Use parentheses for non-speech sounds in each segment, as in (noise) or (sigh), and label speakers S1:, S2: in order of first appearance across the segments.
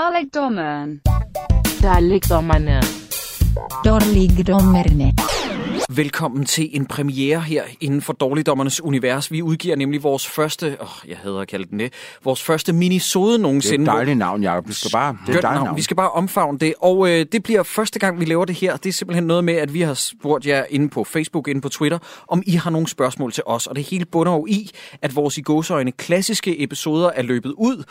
S1: Dalekdommeren.
S2: Dalekdommerne.
S3: Dårligdommerne.
S4: Velkommen til en premiere her inden for Dårligdommernes Univers. Vi udgiver nemlig vores første, åh, jeg hader at kalde den det, vores første minisode
S5: Det er
S4: nogensinde.
S5: et dejligt navn, Jacob. Du skal bare, det er et
S4: Skønt
S5: dejligt
S4: navn.
S5: navn.
S4: Vi skal bare omfavne det, og øh, det bliver første gang, vi laver det her. Det er simpelthen noget med, at vi har spurgt jer inde på Facebook, inde på Twitter, om I har nogle spørgsmål til os. Og det hele bunder jo i, at vores i gåseøjne klassiske episoder er løbet ud.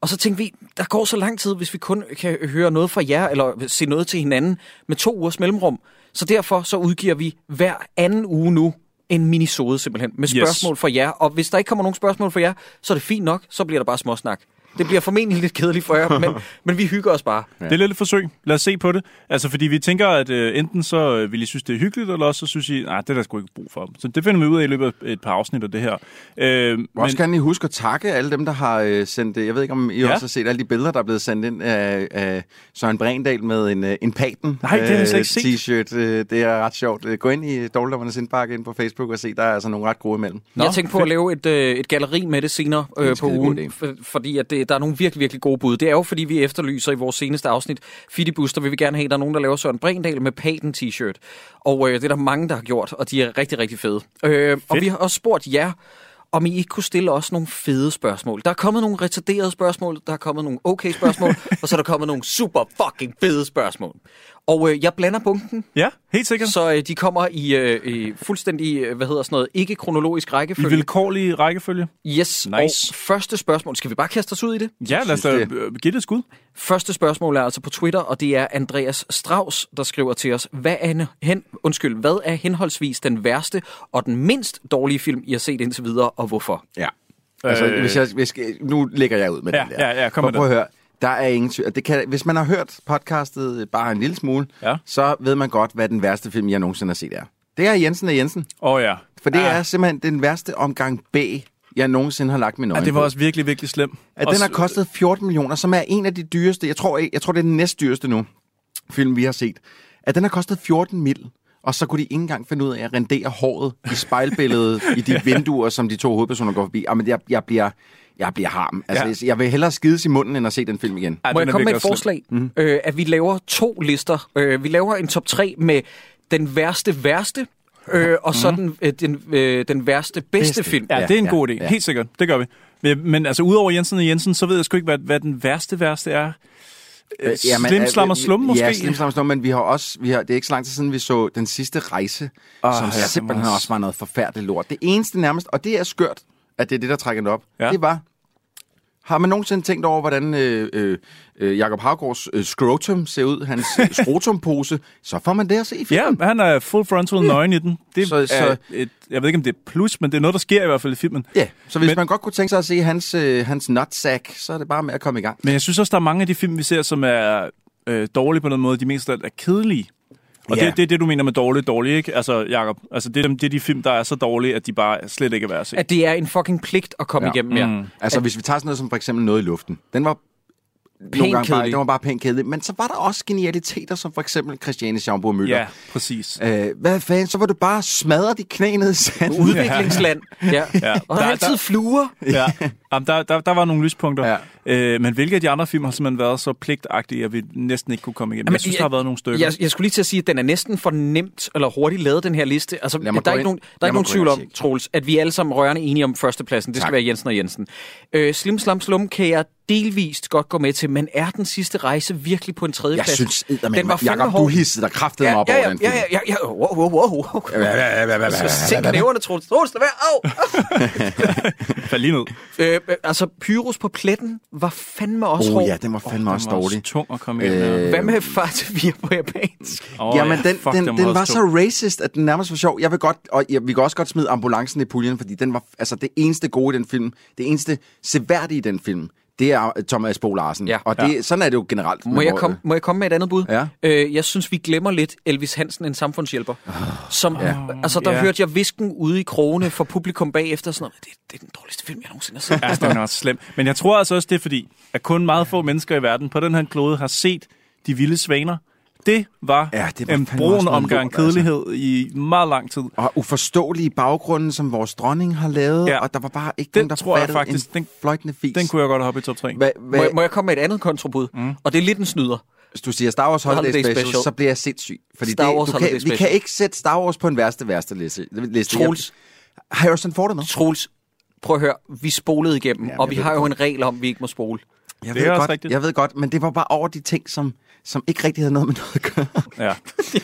S4: Og så tænkte vi, der går så lang tid, hvis vi kun kan høre noget fra jer, eller se noget til hinanden med to ugers mellemrum. Så derfor så udgiver vi hver anden uge nu en minisode simpelthen, med spørgsmål yes. fra jer. Og hvis der ikke kommer nogen spørgsmål fra jer, så er det fint nok, så bliver der bare småsnak. Det bliver formentlig lidt kedeligt for jer, men, men vi hygger os bare.
S6: Det er lidt et forsøg. Lad os se på det. Altså, fordi vi tænker, at øh, enten så øh, vil I synes, det er hyggeligt, eller også så synes I, nej, det er der sgu ikke brug for. Så det finder vi ud af i løbet af et par afsnit af det her. Øh,
S5: Men... Også gerne lige huske at takke alle dem, der har øh, sendt... øh, Jeg ved ikke, om I ja. også har set alle de billeder, der er blevet sendt ind af, af Søren Brendal med en, øh, en paten
S6: Nej, det har jeg slet ikke set.
S5: t-shirt. Øh, det er ret sjovt. Øh, Gå ind i Dårligdommernes Indbakke ind på Facebook og se, der er altså nogle ret gode imellem.
S4: Nå, jeg tænkte på fedt. at lave et, øh, et galeri med det senere
S5: er en
S4: øh, på
S5: skidegod
S4: ugen,
S5: idé.
S4: f- fordi at det, der er nogle virkelig, virkelig gode bud. Det er jo fordi, vi efterlyser i vores seneste afsnit Fittibus, der vil vi gerne have, at der er nogen, der laver Søren Brendal med paten t-shirt. Og øh, det er der mange, der har gjort, og de er rigtig, rigtig fede. Øh, og vi har også spurgt jer, om I ikke kunne stille os nogle fede spørgsmål. Der er kommet nogle retarderede spørgsmål, der er kommet nogle okay spørgsmål, og så er der kommet nogle super fucking fede spørgsmål. Og øh, jeg blander bunken,
S6: Ja, helt sikkert.
S4: så øh, de kommer i, øh, i fuldstændig, øh, hvad hedder sådan noget, ikke kronologisk
S6: I
S4: rækkefølge.
S6: vilkårlige rækkefølge.
S4: Yes, nice.
S6: Nice.
S4: og første spørgsmål. Skal vi bare kaste os ud i det?
S6: Ja, lad os da
S5: synes,
S6: øh, give det et skud.
S4: Første spørgsmål er altså på Twitter, og det er Andreas Strauss, der skriver til os, hvad er, en- hen, undskyld, hvad er henholdsvis den værste og den mindst dårlige film, I har set indtil videre, og hvorfor?
S5: Ja. Altså, øh... hvis jeg, hvis jeg, nu lægger jeg ud med
S6: Ja,
S5: den der.
S6: ja, ja, kom
S5: Prøv-
S6: med
S5: Prøv at
S6: den.
S5: høre. Der er ingen tvivl. Det kan, hvis man har hørt podcastet øh, bare en lille smule,
S6: Ja.
S5: så ved man godt, hvad den værste film, jeg nogensinde har set er. Det er Jensen og Jensen.
S6: Åh oh, ja.
S5: For det
S6: ah,
S5: er simpelthen den værste omgang B, jeg nogensinde har lagt min øjne
S6: Ah, det var
S5: på.
S6: også virkelig, virkelig slemt.
S5: At den har kostet 14 millioner, som er en af de dyreste, jeg tror, jeg, jeg tror det er den næst dyreste nu, film vi har set. At den har kostet 14 mil, og så kunne de ikke engang finde ud af at rendere håret i
S6: (laughs)
S5: spejlbilledet i de vinduer, som de to hovedpersoner går forbi. Jamen, jeg, jeg bliver... Jeg bliver harm. Altså, ja. jeg vil hellere skides i munden, end at se den film igen.
S6: Ah,
S4: Må
S6: den
S4: jeg
S6: er
S4: komme med
S6: virkelig
S4: et
S6: også slem. Mhm.
S4: forslag? Mm. Øh, at vi laver to lister. Øh, vi laver en top 3 med den værste værste, øh, og så den, øh, den, øh, den værste bedste,
S5: Bedste.
S4: bedste. film.
S6: Mhm. Ja,
S5: Ja,
S6: det er en
S5: ja,
S6: god idé.
S5: ja.
S6: Helt sikkert. Det gør vi. Men- Men altså, udover Jensen og Jensen, så ved jeg sgu ikke, hvad, hvad den værste værste er. Øh, Slim, slam og slum, måske?
S5: Ja, Slim, Slam og Slum, men vi har også, vi har, det er ikke så lang tid siden, vi så Den Sidste Rejse, oh, som
S6: ja, den
S5: simpelthen
S6: var også-
S5: også var noget forfærdeligt lort. Det eneste nærmest, og det er skørt, at det er det, der trækker det op,
S6: Ja.
S5: ja. det var, har man nogensinde tænkt over, hvordan øh, øh, øh, Jacob Havgårds øh, scrotum ser ud, hans
S6: (laughs)
S5: øh, skrotumpose, så får man det at se i filmen.
S6: Ja, han er full frontal nøgen i den. Det
S5: Så-
S6: så, så, er
S5: så-
S6: et, jeg ved ikke, om det er plus, men det er noget, der sker i hvert fald i filmen.
S5: Ja, så hvis
S6: Men-
S5: men, man godt kunne tænke sig at se hans, øh, hans nutsack, så er det bare med at komme i gang.
S6: Men jeg synes også, der er mange af de film, vi ser, som er øh, dårlige på noget måde. De mest af alt er kedelige. Og
S5: Ja.
S6: det, det er det, du mener med dårlige, dårlige, ikke? Altså, Jacob, altså det, er dem- det er de film, der er så dårlige, at de bare slet ikke er værd at se.
S4: At det er en fucking pligt at komme ja.
S5: Ja.
S4: igennem mere.
S6: Mhm.
S4: Mm.
S5: Altså, hvis vi tager sådan noget som for eksempel noget i luften. Den var nogle
S4: Pænt
S5: gange bare,
S4: kedelig.
S5: den var bare pænt kedelig. Men så var der også genialiteter, som for eksempel Christiane Schaumburg Møller.
S6: Ja, præcis.
S5: Øh, hvad fanden, så var du bare smadret de knæ ned i sanden.
S6: (laughs)
S4: Udviklingsland. Ja. ja. Og der er
S6: Der-
S4: altid
S6: der-
S4: fluer.
S6: Ja. Jamen, der, der, der var nogle lyspunkter.
S5: Ja.
S6: Ja. Øh, men hvilke af de andre film har simpelthen været så pligtagtige, at vi næsten ikke kunne komme igennem? Jamen, jeg synes, der har været nogle stykker.
S4: Jeg, jeg skulle lige til at sige, at den er næsten for nemt eller hurtigt lavet, den her liste. Altså,
S5: Lad
S4: der
S5: mig
S4: er
S5: gå
S4: ikke
S5: ind.
S4: nogen, der er
S5: Lad
S4: ikke
S5: mig
S4: nogen
S5: gå
S4: tvivl
S5: ind og
S4: om,
S5: tjekke.
S4: Troels, at vi er alle sammen rørende enige om førstepladsen. Det skal
S5: Tak.
S4: være Jensen og Jensen. Øh, Slim Slam Slum kan jeg delvist godt gå med til, men er den sidste rejse virkelig på en
S5: Jeg
S4: tredjeplads?
S5: synes, eddermame,
S4: den var fandme
S5: Jacob, du
S4: hård.
S5: hissede dig kraftedeme
S4: ja,
S5: op
S4: ja,
S5: over
S4: ja,
S5: den
S4: ja,
S5: film.
S4: ja, Altså, ja, ja, wow, wow, wow. Så sænk næverne, Troels. Troels, lad være. Au.
S6: Fald lige ned.
S4: Øh, øh, altså, Pyrus på pletten var fandme også
S5: Åh
S4: hård.
S5: oh, ja, den var fandme også
S6: Den var
S5: dårlig.
S6: tung at komme igennem. Øh,
S4: Hvad med far til fire på japansk?
S6: oh,
S5: Jamen, den, den, den, var så racist, at den nærmest var sjov. Jeg vil godt, og jeg, vi kan også godt smide ambulancen i puljen, fordi den var altså det eneste gode i den film, det eneste seværdige i den film, det er øh, Thomas Bo Larsen.
S4: Ja.
S5: og det, sådan er det jo generelt. øh,
S4: Må jeg, komme, må jeg komme med et andet bud?
S5: Ja.
S4: Øh, jeg synes, vi glemmer lidt Elvis Hansen, en samfundshjælper.
S5: Ah,
S4: Som, ja. Altså, der
S6: Ja.
S4: hørte jeg visken ude i krogene for publikum bagefter. Sådan noget. Det, det er den dårligste film, jeg nogensinde har set.
S6: Ja, den er også slem. Men jeg tror altså også, det er fordi, at kun meget få mennesker i verden på den her klode har set De Vilde Svaner. Det var,
S5: Ja,
S6: ja,
S5: det
S6: det
S5: var
S6: var en
S5: fandme også
S6: brun
S5: noget
S6: omgang
S5: lort, altså.
S6: kedelighed i meget lang tid.
S5: Og uforståelige baggrunden, som vores dronning har lavet, ja.
S6: Ja.
S5: og der var bare ikke
S6: Den
S5: nogen, der
S6: tror jeg
S5: fattede
S6: faktisk,
S5: en
S6: den-
S5: fløjtende fis.
S6: Den kunne jeg godt have hoppet i top 3.
S5: Hva, hva,
S4: Må, jeg- må jeg komme med et andet kontrabud? Mm. Og det er lidt en snyder.
S5: hvis du siger Star Wars Holiday,
S4: Holiday
S5: Special,
S4: Special.
S5: så bliver jeg sindssyg. Fordi
S4: Star Wars
S5: det, du
S4: Holiday
S5: kan, vi
S4: Special.
S5: kan ikke sætte Star Wars på en værste, værste liste. liste.
S4: Troels.
S5: Jeg- Harrison Ford er med.
S4: Troels, prøv at høre, vi spolede igennem,
S5: Jamen,
S4: og
S5: jeg
S4: vi
S5: ved
S4: har
S5: det
S4: jo en regel om, at vi ikke må spole. (laughs)
S5: Jeg
S6: Det
S5: ved,
S6: er også
S5: godt,
S6: rigtigt.
S5: jeg ved godt, men det var bare over de ting, som, som ikke rigtig havde noget med noget at gøre.
S6: Ja.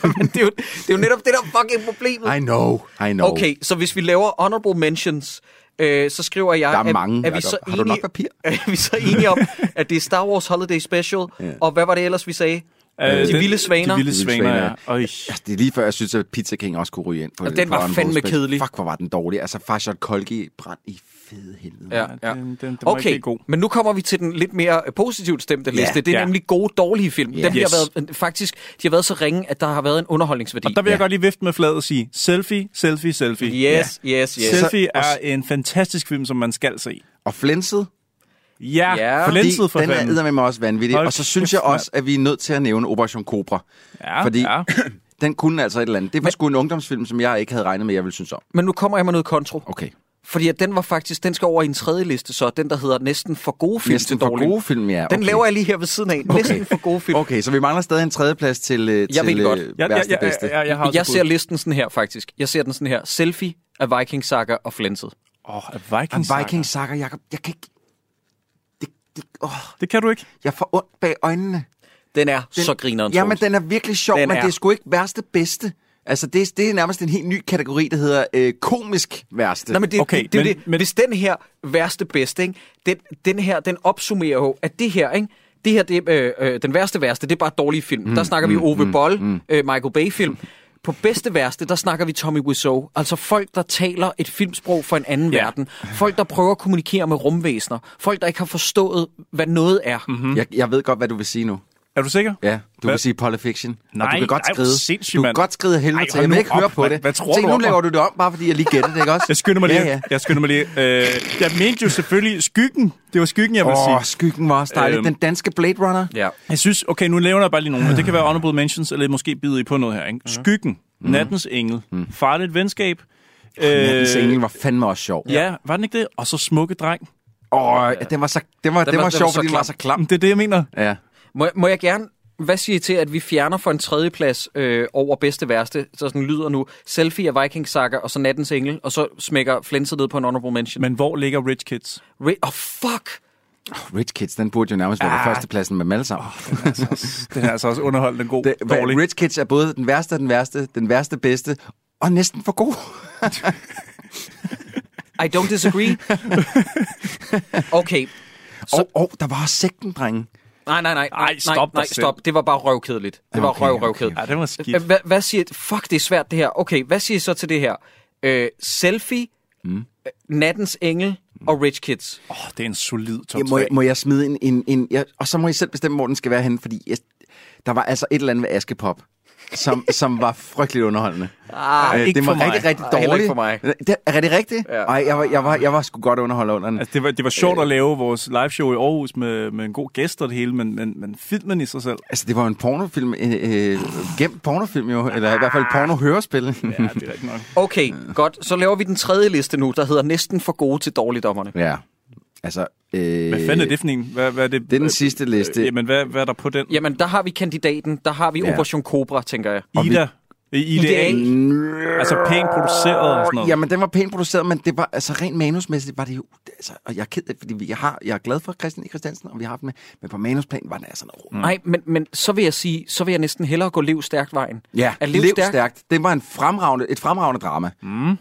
S4: Jamen, det er, jo, det er jo netop det, der er fucking problemet.
S5: (laughs) I know, I know.
S4: Okay, så hvis vi laver honorable mentions, øh, så skriver jeg...
S5: Der er
S4: at-
S5: mange.
S4: Er, vi
S5: Jacob.
S4: så
S5: Har du
S4: enige,
S5: nok
S4: (laughs)
S5: papir?
S4: Er vi så enige om, at det er Star Wars Holiday Special,
S5: Ja.
S4: og hvad var det ellers, vi sagde?
S6: Øh,
S4: De
S6: den-
S4: vilde svaner.
S6: De vilde
S5: De vilde
S6: svaner,
S5: svaner,
S6: ja. Øj.
S5: Altså, det er lige før, jeg synes, at Pizza King også kunne ryge ind på
S4: Og
S5: det.
S4: den
S5: på
S4: var
S5: Honorable
S4: fandme
S5: Special.
S4: kedelig.
S5: Fuck, hvor var den dårlig. Altså, Farshad Kolki brand i fede helvede.
S4: Ja,
S6: den-
S4: ja.
S6: den- den var ikke
S4: okay,
S6: helt god.
S4: men nu kommer vi til den lidt mere øh, positivt stemte
S5: Ja.
S4: liste. Det er
S6: Ja.
S4: nemlig gode, dårlige film. Dem de
S6: Yes.
S4: har været, øh, faktisk, de har været så ringe, at der har været en underholdningsværdi.
S6: Og der vil jeg
S5: Ja.
S6: godt lige vifte med fladet og sige, selfie, selfie, selfie.
S4: Yes, ja. yes, yes.
S5: Så-
S6: Selfie er en fantastisk film, som man skal se.
S5: Og flænset,
S6: Ja,
S4: Ja.
S6: ja.
S5: fordi
S6: flænset for
S5: den er
S6: fanden.
S5: eddermame også vanvittig.
S6: Hold
S5: og så synes
S6: kæft,
S5: jeg også,
S6: mand.
S5: at vi er nødt til at nævne Operation Cobra.
S6: Ja,
S5: fordi
S6: ja.
S5: (clears throat) den kunne altså et eller andet. Det var sgu en ungdomsfilm, som jeg ikke havde regnet med, jeg ville synes om.
S4: Men nu kommer jeg med noget kontro.
S5: Okay.
S4: Fordi at den var faktisk, den skal over i en tredje liste, så den der hedder næsten for gode film
S5: Næsten
S4: til
S5: for
S4: dårlige.
S5: gode film, ja.
S4: Den
S5: okay.
S4: laver jeg lige her ved siden af. Okay. Næsten for gode film. Okay.
S5: Okay, så vi mangler stadig en tredjeplads til, øh, til
S4: ved det godt.
S5: øh,
S6: Ja, ja,
S5: værste
S6: ja,
S5: bedste.
S6: ja, ja, jeg har også
S4: Jeg ser
S6: bud.
S4: listen sådan her, faktisk. Jeg ser den sådan her. Selfie af Viking Saga og Flænset.
S6: Åh, oh, Vikings.
S5: Jamen, Viking Saga, Jacob, jeg kan ikke... Det, det, åh,
S6: Det kan du ikke.
S5: jeg får ondt bag øjnene.
S4: Den er den, så grineren,
S5: Jamen,
S4: Troels.
S5: den er virkelig sjov,
S4: Den
S5: men
S4: er.
S5: det er sgu ikke værste bedste. Altså, det, er- det er nærmest en helt ny kategori, der hedder øh, komisk værste.
S4: Nej, men det, okay,
S6: Okay,
S4: det, det, men,
S6: men-
S4: det.
S6: men-
S4: Hvis den her værste bedste, ikke? Den, den her, den opsummerer jo, at det her, ikke? Det her, det, er, øh, øh, den værste værste, det er bare dårlige film. Mm, der snakker mm, vi Ove mm, Boll, mm. Øh, Michael Bay-film. På bedste værste, der snakker vi Tommy Wiseau. Altså folk, der taler et filmsprog for en anden
S6: Ja.
S4: verden. Folk, der prøver at kommunikere med rumvæsener. Folk, der ikke har forstået, hvad noget er. Mm-hmm.
S5: Jeg, jeg ved godt, hvad du vil sige nu.
S6: Er du sikker?
S5: Ja, du
S6: Hvad?
S5: vil sige Pulp Fiction. og
S6: Nej,
S5: du kan godt
S6: nej, hvor
S5: skride.
S6: sindssygt,
S5: du kan
S6: mand.
S5: godt skride af helvede
S6: Ej,
S5: til.
S6: hold
S5: Jeg vil
S6: nu
S5: ikke høre
S6: op,
S5: på
S6: mand.
S5: det.
S6: Hvad tror
S5: Se,
S6: du
S5: nu
S6: om mig?
S5: laver du det om, bare fordi jeg lige gættede det, ikke også?
S6: Jeg skynder mig lige.
S5: Ja, ja.
S6: Jeg skynder mig lige. Øh, jeg mente jo selvfølgelig skyggen. Det var skyggen, jeg ville
S5: Åh,
S6: sige.
S5: oh, skyggen var også dejlig.
S6: Øhm.
S5: Den danske Blade Runner.
S4: Ja.
S6: Jeg synes, okay, nu laver jeg bare lige nogle, og det kan være honorable mentions, eller måske bider I på noget her. Ikke? Skyggen,
S5: Mm.
S6: Nattens Engel, Farligt Venskab. Øh,
S5: Nattens Engel var fandme også sjov.
S6: Ja, var den ikke det? Og så Smukke Dreng.
S5: Åh, ja. den var så, den var, den
S4: var- den
S5: var sjov,
S4: var så
S5: fordi den var
S4: klam.
S5: så klam.
S6: Det er det, jeg mener.
S5: Ja.
S4: Må, jeg- må jeg gerne... Hvad siger I til, at vi fjerner for en tredjeplads øh, over bedste værste? Så sådan lyder nu Selfie af Viking Saga, og så Nattens Engel, og så smækker Flænset ned på en honorable mention.
S6: Men hvor ligger Rich Kids?
S4: Re- oh, fuck!
S5: Rich Kids, den burde jo nærmest være på
S6: Ah.
S5: førstepladsen med dem alle sammen. Oh, (laughs)
S6: Den er altså også underholdende god. Det, dårlig.
S5: Rich Kids er både den værste og den værste, den værste bedste, og næsten for god.
S4: I don't
S6: (laughs)
S4: disagree. Okay. Så-
S5: Og, og der var også sekten, drenge.
S4: Nej, nej, nej.
S6: Ej,
S4: nej,
S6: stop dig
S4: nej,
S6: selv.
S4: stop. Det var bare røvkedeligt. Det var
S5: Okay,
S4: okay,
S5: okay.
S4: røv, røvkedeligt.
S6: Ja, det var skidt.
S4: Okay. Hvad, hvad siger... Fuck, det er svært det her. Okay, hvad siger I så til det her? Øh, selfie, mm. Nattens Engel og Rich Kids.
S6: Åh, oh, det er en solid top
S5: Ja, må, jeg,
S6: 3.
S5: må jeg smide en... en, en jeg, og så må I selv bestemme, hvor den skal være henne, fordi jeg, der var altså et eller andet ved Askepop, som, som var frygteligt underholdende.
S4: Ah,
S5: Øh,
S6: ikke
S5: det var
S6: for mig.
S5: rigtig, rigtig
S4: Ej,
S5: dårligt.
S4: heller ikke for mig.
S5: Det, er det rigtigt? Ja. Ej, jeg var, jeg, var, jeg var sgu godt underholdt under den.
S6: Altså, det, var, det var sjovt at lave vores live show i Aarhus med, med en god gæst og det hele, men, men, men filmen i sig selv,
S5: Altså, det var jo en pornofilm, øh, øh, gemt pornofilm jo, eller i hvert fald porno-hørespil.
S6: ja, det er rigtig nok.
S4: Okay, godt. Så laver vi den tredje liste nu, der hedder Næsten for gode til dårligdommerne.
S5: (laughs) Ja. Altså, øh,
S6: Hvad fanden er det for en? Hvad, hvad er det?
S5: Det er den sidste liste.
S6: Øh, Jamen, hvad, hvad er der på den?
S4: Jamen, der har vi kandidaten. Der har vi
S5: Ja.
S4: ja. Operation Cobra, tænker jeg.
S5: og vi-
S6: Ida. Øh, Ida.
S4: Ideal.
S6: Altså pænt produceret og sådan noget.
S5: Jamen, den var pænt produceret, men det var altså rent manusmæssigt, var det jo... Altså, og jeg er ked af, fordi vi har, jeg er glad for Christian E. Christiansen, og vi har haft med, men på manusplan var den altså noget. Mm.
S4: Nej, men, men så vil jeg sige, så vil jeg næsten hellere gå lev stærkt vejen.
S5: Ja,
S4: Er Lev Stærkt-
S5: Det var en fremragende, et fremragende drama. Mm.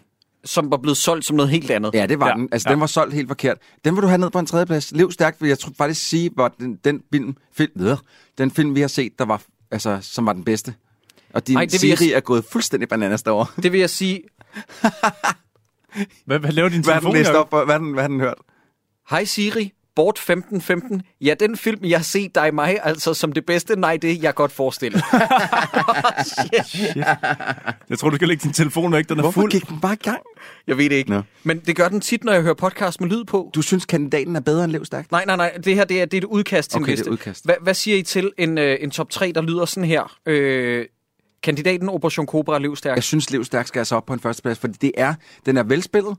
S4: som var blevet solgt som noget helt andet.
S5: Ja, det var ja,
S6: Ja,
S5: den. Altså, ja.
S6: ja.
S5: den var solgt helt forkert. Den vil du have ned på en tredjeplads. Lev stærkt, vil jeg tror, faktisk sige, var den, den film, film, øh, den film, vi har set, der var, altså, som var den bedste. Og din
S4: Ej,
S5: Ej,
S4: det vil jeg
S5: Siri
S4: s-
S5: er gået fuldstændig bananas derovre. (laughs)
S4: Det vil jeg sige,
S6: Hvad, hvad laver din
S5: Hvad har
S6: telefon?
S5: den læst
S6: Jacob?
S5: op? for? Hvad har den, hvad har den hørt?
S4: hej Siri, Bort 1515, ja, den film, jeg har set dig mig, altså som det bedste, nej, det jeg godt
S5: (laughs)
S4: forestille.
S6: Jeg tror, du skal lægge din telefon væk, den er
S5: Hvorfor
S6: fuld.
S5: gik den bare i gang?
S4: Jeg ved det ikke.
S5: Nå.
S4: Men det gør den tit, når jeg hører podcast med lyd på.
S5: Du synes, kandidaten er bedre end Lev Stærk?
S4: Nej, nej, nej. Det her det er, det er et udkast til en
S5: Okay, det er
S4: liste.
S5: udkast.
S4: Hva, hvad siger I til en, øh, en top 3, der lyder sådan her? Øh, kandidaten Operation Cobra er livstærk.
S5: Jeg synes, Lev Stærk skal altså op på en førsteplads, fordi det er, den er velspillet.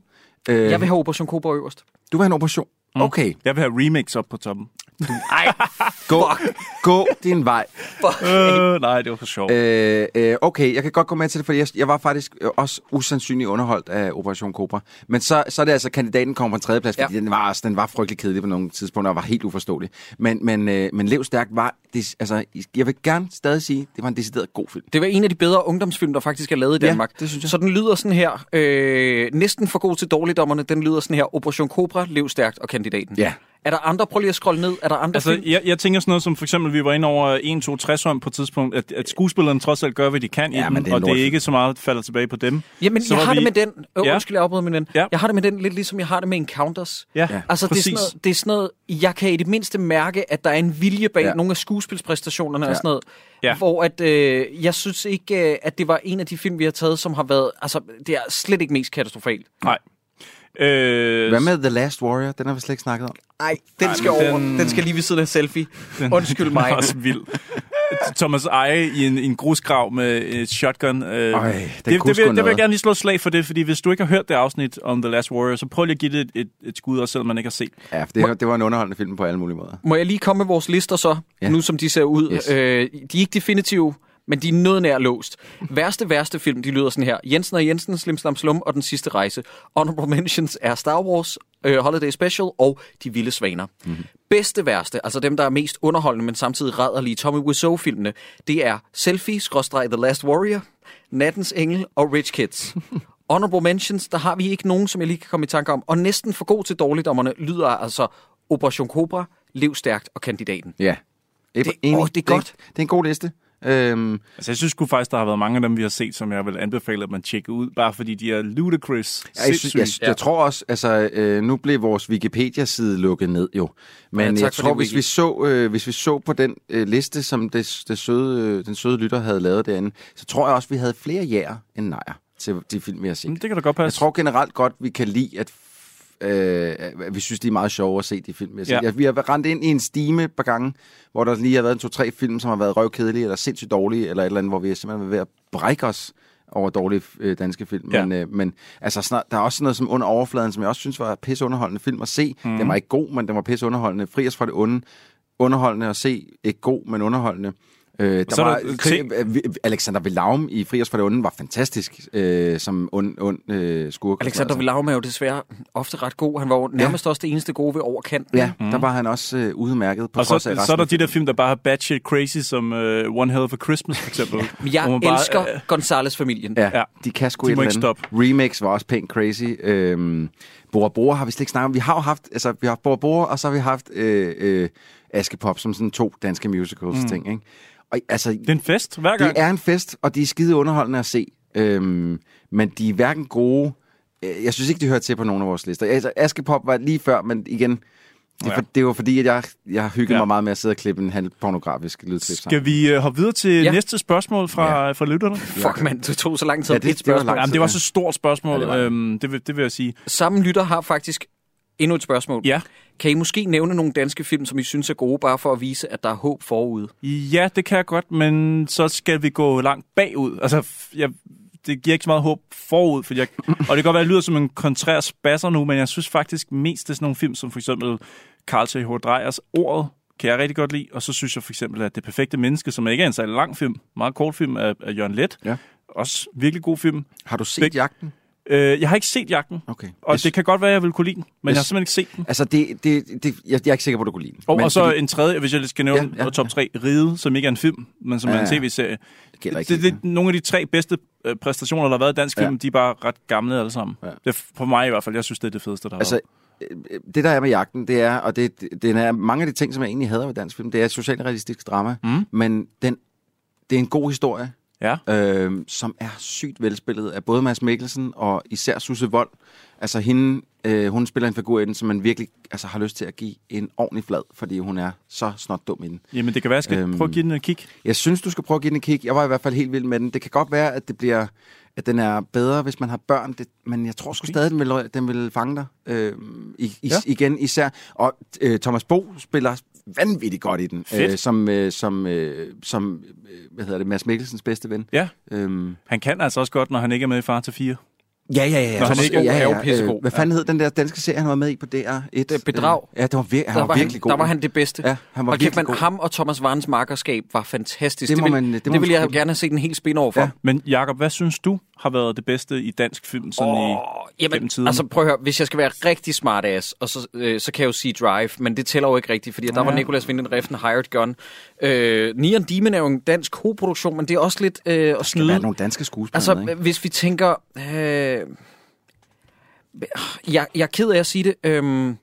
S5: Øh,
S4: Jeg vil have Operation Cobra øverst.
S5: Du vil have en operation. Mm. Okay,
S6: Jeg vil have remix op på toppen.
S4: Ej,
S5: gå, gå din vej.
S6: Øh, nej, det var for sjovt.
S5: Øh, øh, okay, jeg kan godt gå med til det, for jeg, jeg var faktisk øh, også usandsynligt underholdt af Operation Cobra. Men så, så er det altså, kandidaten kom på en tredjeplads, fordi
S4: Ja.
S5: ja. den, var, altså, den var frygtelig kedelig på nogle tidspunkter og var helt uforståelig. Men, men, øh, men Lev Stærk var, det, altså, jeg vil gerne stadig sige, det var en decideret god film.
S4: det var en af de bedre ungdomsfilm, der faktisk er lavet i
S5: Ja,
S4: Danmark.
S5: det synes jeg.
S4: Så den lyder sådan her. Øh, næsten for god til dårligdommerne. Den lyder sådan her. Operation Cobra, lev stærkt og kandidaten.
S5: Ja.
S4: Er der andre? Prøv lige at scrolle ned. Er der andre
S6: Altså,
S4: film?
S6: jeg, jeg tænker sådan noget som, for eksempel, vi var inde over 1, 2, 60 om på et tidspunkt, at, at skuespillerne trods alt gør, hvad de kan
S5: Ja,
S6: i
S5: men
S6: den,
S5: det er
S6: og det er
S5: lortefilm.
S6: ikke så meget, der falder tilbage på dem.
S4: Jamen,
S6: så
S4: jeg
S6: var
S4: har
S6: vi-
S4: det med den. Øh,
S6: Ja.
S4: Undskyld, jeg afbryder min ven.
S6: Ja.
S4: Jeg har det med den lidt ligesom, jeg har det med Encounters.
S6: Ja,
S5: Ja.
S4: Altså, det er,
S6: præcis.
S4: sådan noget, det er sådan noget, jeg kan i det mindste mærke, at der er en vilje bag
S5: Ja.
S4: ja. nogle af skuespilspræstationerne ja.
S5: Ja.
S4: og sådan noget.
S6: Ja.
S4: Ja. Hvor at, øh, jeg synes ikke, øh, at det var en af de film, vi har taget, som har været... Altså, det er slet ikke mest katastrofalt.
S6: Nej. Øh,
S5: Hvad med The Last Warrior? Den har vi slet ikke snakket om.
S4: Nej, den skal
S6: men
S4: over.
S6: den-
S4: Den skal lige ved siden af selfie. Undskyld
S6: Den
S4: mig.
S6: er (laughs) også vild. Thomas Eje i en, i en grusgrav med et shotgun. Øh,
S5: Ej, den
S6: det,
S5: kunne sgu
S6: det, vil, det vil jeg
S5: noget.
S6: gerne lige slå et slag for det, fordi hvis du ikke har hørt det afsnit om The Last Warrior, så prøv lige at give det et, et, et skud, også selvom man ikke har set.
S5: Ja, for det, det var en underholdende film på alle mulige måder.
S4: Må jeg lige komme med vores lister så,
S5: Ja.
S4: ja. nu som de ser ud?
S5: Yes.
S4: Yes. Øh, de er ikke definitive, men de er noget nær låst. Værste, værste film, de lyder sådan her. Jensen og Jensen, Slim Slam Slum og Den Sidste Rejse. Honorable mentions er Star Wars, øh, Holiday Special og De Vilde Svaner. Mm-hmm. Bedste værste, altså dem, der er mest underholdende, men samtidig rædderlige Tommy Wiseau-filmene, det er Selfie, skråstreg The Last Warrior, Nattens Engel og Rich Kids. Honorable mentions, der har vi ikke nogen, som jeg lige kan komme i tanke om. Og næsten for god til dårligdommerne lyder altså Operation Cobra, Lev Stærkt og Kandidaten.
S5: Ja. Det,
S4: åh, det er godt.
S5: Det, det er en god liste. Øhm,
S6: Altså, jeg synes sgu faktisk, der har været mange af dem, vi har set, som jeg vil anbefale, at man tjekker ud, bare fordi de er ludicrous.
S5: Ja, jeg, synes, jeg, jeg tror også, altså øh, nu blev vores Wikipedia-side lukket ned jo,
S4: Ja,
S5: men
S4: tak
S5: ja, jeg
S4: for
S5: tror,
S4: det,
S5: hvis
S4: Wiki.
S5: vi, så, øh, hvis vi så på den øh, liste, som det, det søde, øh, den søde lytter havde lavet derinde, så tror jeg også, vi havde flere jæger end nejer til de film, vi har set.
S6: Det kan da godt
S5: Jeg
S6: passe.
S5: tror generelt godt, vi kan lide, at, f- øh, at vi synes, det er meget sjovt at se de film, vi har set.
S6: Ja.
S5: Ja. vi har rendt ind i en stime et par gange, hvor der lige har været en to-tre film, som har været røvkedelige, eller sindssygt dårlige, eller et eller andet, hvor vi simpelthen er ved at brække os over dårlige øh, danske film.
S6: Ja.
S5: Men, øh, men altså, snart, der er også noget som under overfladen, som jeg også synes var pisseunderholdende film at se.
S6: Mhm.
S5: Mm. Den var ikke god, men den var pisseunderholdende. Fri os fra det onde. Underholdende at se. Ikke god, men underholdende. Øh, der
S6: så er
S5: var,
S6: der
S5: krig,
S6: ting-
S5: øh, vi- Alexander Velaum i Fri os fra det onde var fantastisk øh, som ond, ond øh, skurk.
S4: Alexander
S5: Altså.
S4: Villaume er jo desværre ofte ret god. Han var jo nærmest ja. også det eneste gode ved overkanten.
S5: Ja, mm. der var han også øh, udmærket på
S6: Og så,
S5: trods af
S6: så
S5: resten
S6: er der
S5: af
S6: de der
S5: filmen.
S6: film, der bare har bad shit crazy, som uh, One Hell of a Christmas, for eksempel.
S4: Men Jeg
S6: Hvor man bare,
S4: elsker
S6: øh,
S4: bare, Gonzales-familien.
S5: Ja,
S6: Ja.
S5: ja, de kan sgu
S6: De
S5: et
S6: må
S5: eller
S6: ikke
S5: andet. Remix var også pænt crazy. Øhm, Bora Bora har vi slet ikke snakket om. Vi har jo haft, altså vi har haft Bora Bora, og så har vi haft øh, øh, Askepop som sådan to danske musicals mm. ting, ikke? Og altså,
S6: det er en fest hver
S5: det
S6: gang.
S5: er en fest, og de er skide underholdende at se. Øhm, men de er hverken gode... Øh, Jeg synes ikke, de hører til på nogen af vores lister. Altså, Askepop var lige før, men igen... Det,
S6: Ja.
S5: for, det var fordi, at jeg, jeg har hygget
S6: Ja.
S5: ja. mig meget med at sidde og klippe en halv pornografisk lydklip sammen.
S6: Skal vi øh, hoppe videre til
S4: Ja.
S6: ja. næste spørgsmål fra, ja. fra lytterne?
S4: Fuck mand, det tog så lang tid.
S5: Ja,
S4: Ja,
S5: det-
S4: det, et
S5: det var
S4: spørgsmål.
S5: langt.
S6: Jamen, det var så stort spørgsmål,
S5: Ja, det
S6: ja,
S5: var det.
S6: det, øhm, det, vil, det vil jeg sige.
S4: Samme lytter har faktisk endnu et spørgsmål.
S6: Ja.
S4: Kan I måske nævne nogle danske film, som I synes er gode, bare for at vise, at der er håb forude?
S6: Ja, det kan jeg godt, men så skal vi gå langt bagud. Altså, f- jeg, det giver ikke så meget håb forud,
S5: (laughs)
S6: for jeg, og det kan godt være, at jeg lyder som en kontrær spasser nu, men jeg synes faktisk mest, det er sådan nogle film, som for eksempel Carl T. H. Dreyers Ordet, kan jeg rigtig godt lide, og så synes jeg for eksempel, at Det Perfekte Menneske, som ikke er en særlig lang film, meget kort film af, af Jørgen Let,
S5: Ja.
S6: også virkelig god film.
S5: Har du set
S6: Big-
S5: Jagten?
S6: Øh, jeg har ikke set Jagten,
S5: Okay.
S6: og
S5: Jeg
S6: det kan godt være, at jeg vil kunne lide den, men
S5: Hvis-
S6: jeg har simpelthen ikke set den.
S5: Altså, det, det, det, jeg, jeg er ikke sikker på, at du kunne lide den.
S6: Og,
S5: Men
S6: og så
S5: fordi-
S6: en tredje, hvis jeg lige skal nævne
S5: Ja,
S6: ja,
S5: ja,
S6: ja, top tre, Ride, som ikke er en film, men som ja,
S5: Ja,
S6: er en
S5: ja.
S6: tv-serie.
S5: det gælder ikke.
S6: det,
S5: helt,
S6: det, nogle af de tre bedste øh, præstationer, der har været i dansk film,
S5: Ja.
S6: de er bare ret gamle alle sammen.
S5: Ja.
S6: Ja. Det er f- for mig i hvert fald. Jeg synes, det er det fedeste, der har
S5: Altså,
S6: været.
S5: øh, det der er med jagten, det er, og det, det den er mange af de ting, som jeg egentlig hader ved dansk film, det er socialrealistisk drama, mm. men den, det er en god historie.
S6: Ja.
S5: øh, som er sygt velspillet af både Mads Mikkelsen og især Susse Vold. Altså hende, øh, hun spiller en figur i den, som man virkelig altså, har lyst til at give en ordentlig flad, fordi hun er så snot dum i den.
S6: Jamen, det kan være, jeg skal øhm,
S5: Øhm,
S6: prøve at give den et kig.
S5: Jeg synes, du skal prøve at give den en kig. Jeg var i hvert fald helt vild med den. Det kan godt være, at det bliver at den er bedre, hvis man har børn, det, men jeg tror sgu stadig, den vil, den vil fange dig øh, i, i,
S6: Ja.
S5: ja. igen især. Og øh, Thomas Bo spiller vanvittigt godt i den,
S6: Fedt.
S5: som, øh, som, øh, som øh, hvad hedder det, Mads Mikkelsens bedste ven.
S6: Ja,
S5: Øhm,
S6: han kan altså også godt, når han ikke er med i Far til 4.
S5: Ja, ja, ja.
S6: Nå, han er ikke-
S5: ja,
S4: er jo
S5: Øh,
S4: pissegod.
S5: Hvad fanden hed den der danske serie, han var med i på DR1? Det
S4: er Bedrag.
S5: Øh, Ja, det var vir- han var, var virkelig
S4: han,
S5: god.
S4: Der var han det bedste.
S5: Ja, han var
S4: og kæft,
S5: virkelig
S4: man,
S5: god.
S4: ham og Thomas Varens markerskab var fantastisk.
S5: Det må
S4: vil,
S5: man- det må man
S4: vil jeg
S5: sgu-
S4: gerne have set en hel spin over for.
S5: Ja.
S6: Men Jakob, hvad synes du har været det bedste i dansk film sådan i gennem
S4: Jamen,
S6: tiden?
S4: altså prøv at høre, hvis jeg skal være rigtig smart ass, og så, øh, så kan jeg jo sige Drive, men det tæller jo ikke rigtigt, fordi der var
S6: Ja.
S4: Nicolas Winden Refn Hired Gun. Øh, Neon Demon er jo en dansk koproduktion, men det er også lidt øh, at
S5: Der er
S4: snyde.
S5: nogle danske skuespillere.
S4: Altså,
S5: Altså, ikke?
S4: hvis vi tænker... Øh, jeg, jeg er ked af at sige det. Øh,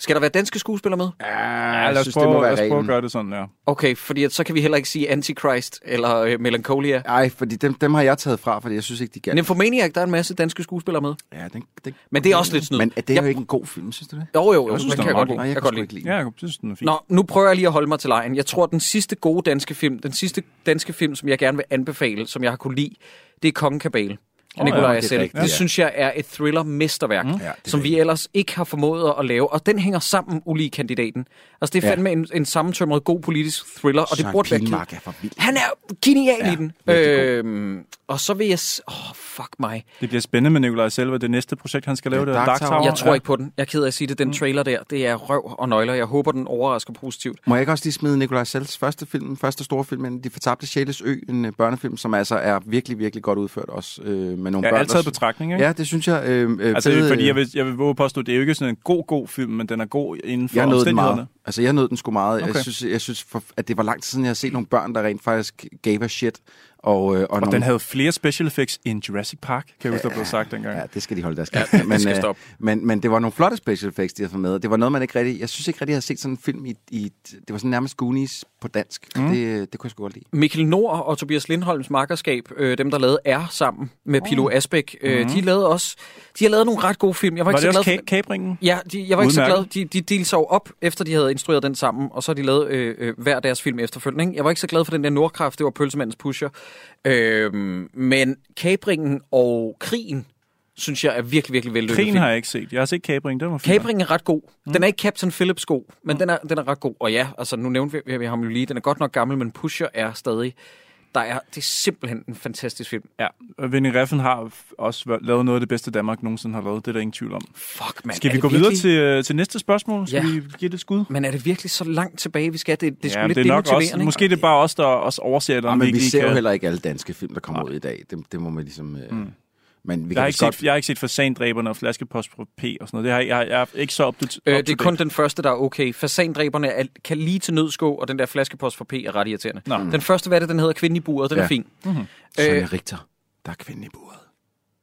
S4: skal der være danske skuespillere med?
S6: ja, lad os,
S5: synes, det
S6: prøve,
S5: må være
S6: lad os prøve at
S5: reglen.
S6: gøre det sådan, ja.
S4: Okay, fordi at så kan vi heller ikke sige Antichrist eller øh, Melancholia.
S5: Ej, fordi dem, dem har jeg taget fra, fordi jeg synes ikke, de
S4: Ja.
S5: galt.
S4: Nymphomaniac, der er en masse danske skuespillere med.
S5: Ja, den, den,
S4: Men det er også lidt snyd.
S5: Men er det
S4: Jeg-
S5: jo ikke en god film, synes du det?
S4: Jo, jo, jo,
S6: Jeg synes,
S4: den
S6: den
S4: kan jeg
S6: er
S4: godt
S6: meget
S4: lide.
S5: Nej,
S4: Jeg
S5: jeg
S4: kan
S5: kan
S4: godt
S5: sgu
S4: lide.
S5: ikke lide
S6: Ja,
S5: den.
S6: Jacob, jeg synes, den er fin.
S4: Nå, nu prøver jeg lige at holde mig til lejen. Jeg tror, den sidste gode danske film, den sidste danske film, som jeg gerne vil anbefale, som jeg har kunne lide, det er Kongen Kabale. af
S6: Åh, ja,
S4: Nikolaj
S5: det er
S4: Assel. Det,
S5: rigtigt,
S4: det
S5: ja.
S4: synes jeg er et thriller-mesterværk, mm.
S5: er
S4: som vi
S5: rigtigt.
S4: ellers ikke har formået at lave. Og den hænger sammen, ulige kandidaten. Altså, det er
S5: Ja.
S4: fandme en, en sammentømret god politisk thriller, og det
S5: Søren
S4: burde være... ked-
S5: Pilmark er for vild.
S4: Han er genial ja, i
S5: Ja,
S4: den.
S5: virkelig
S4: Øhm, og så vil jeg... s- Åh, oh, fuck mig.
S6: Det bliver spændende med Nikolaj Selve. Det næste projekt, han skal lave, det er Dark Tower.
S4: Jeg tror
S6: Ja.
S4: ikke på den. Jeg er ked af at sige det.
S5: Mm.
S4: Den trailer der, det er røv og nøgler. Jeg håber, den overrasker positivt.
S5: Må jeg ikke også lige smide Nikolaj Sells første film, første store film, ind, De fortabte Sjæles Ø, en øh, børnefilm, som altså er virkelig, virkelig godt udført også øh, med nogle
S6: Ja,
S5: børn.
S6: alt taget i
S5: der-
S6: betragtning, ikke?
S5: Ja, det synes jeg. Øh, øh,
S6: Altså,
S5: fede,
S6: fordi
S5: øh,
S6: jeg vil, jeg vil våge at påstå, at det er jo ikke sådan en god, god film, men den er god inden for
S5: Jeg nåede den
S6: omstændighederne.
S5: meget. Altså, jeg nåede den sgu meget. Okay.
S6: Okay.
S5: Jeg synes, jeg synes for, at det var lang tid siden, jeg har set nogle børn, der rent faktisk gave a shit. Og, øh, og,
S6: Og
S5: nogle...
S6: den havde flere special effects end Jurassic Park, kan jeg huske, der blev sagt dengang.
S5: Ja, det skal de holde deres kæft. Ja, men,
S4: skal
S5: øh,
S4: stoppe.
S5: men, men det var nogle flotte special effects, de havde fået med. Det var noget, man ikke rigtig... Jeg synes ikke rigtig, jeg havde set sådan en film i... i det var sådan nærmest Goonies på dansk. Mm. Det, det kunne jeg sgu godt lide.
S4: Mikkel Nord og Tobias Lindholms markerskab, øh, dem der lavede R sammen med Pilo Asbæk, øh, de lavede også, de har lavet nogle ret gode film. Jeg var,
S6: Mhm. Var det
S4: ikke så
S6: også
S4: glad
S6: ka- kabringen?
S4: for, Ja, de, jeg var ikke så glad.
S6: Udmærket.
S4: De, de delte sig jo op, efter de havde instrueret den sammen, og så har de lavet øh, øh, hver deres film efterfølgende. Ikke? Jeg var ikke så glad for den der Nordkraft, det var Pølsemandens Pusher. Øh, men Kabringen og Krigen, synes jeg er virkelig, virkelig vellykket.
S6: Krigen
S4: film.
S6: har jeg ikke set. Jeg har set Kabringen, den var fin.
S4: Cabring er ret god.
S6: Mm.
S4: Den er ikke Captain Phillips god, men den, er, den er ret god. Og ja, altså nu nævnte vi, vi ham jo lige, den er godt nok gammel, men Pusher er stadig... Der er, det er simpelthen en fantastisk film.
S6: Ja, og Vinnie Reffen har f- også væ- lavet noget af det bedste, Danmark nogensinde har lavet. Det er der ingen tvivl om.
S4: Fuck, man.
S6: Skal
S4: er
S6: vi
S4: det
S6: gå
S4: virkelig,
S6: videre til, øh, til næste spørgsmål? Skal
S4: Ja.
S6: vi give det et skud?
S4: Men er det virkelig så langt tilbage, vi skal? Det, det er sgu
S6: men
S4: lidt
S6: det er nok
S4: demotiverende,
S6: også,
S4: ikke?
S6: måske det er bare os, der også overser, eller
S5: Ja,
S6: om
S5: Ah, men vi
S6: ikke lige
S5: ser jo
S6: kan-
S5: heller ikke alle danske film, der kommer ud i dag. Det, det må man ligesom... Øh, mm. Men vi
S6: Jeg
S5: kan
S6: har,
S5: vist
S6: ikke
S5: godt...
S6: set, jeg har ikke set Fasandræberne og Flaskepost på P og sådan noget. Det har, jeg, jeg, jeg er ikke så op
S4: Øh, det er kun den første, der er okay. Fasandræberne er, kan lige til nødskå, og den der flaskepost for P er ret irriterende.
S6: Nå.
S4: Den første, hvad er det, den hedder? Kvinden i buret, den ja. er
S5: Ja.
S4: fin.
S5: Sonja
S6: Øh.
S5: Richter, der er kvinden i buret.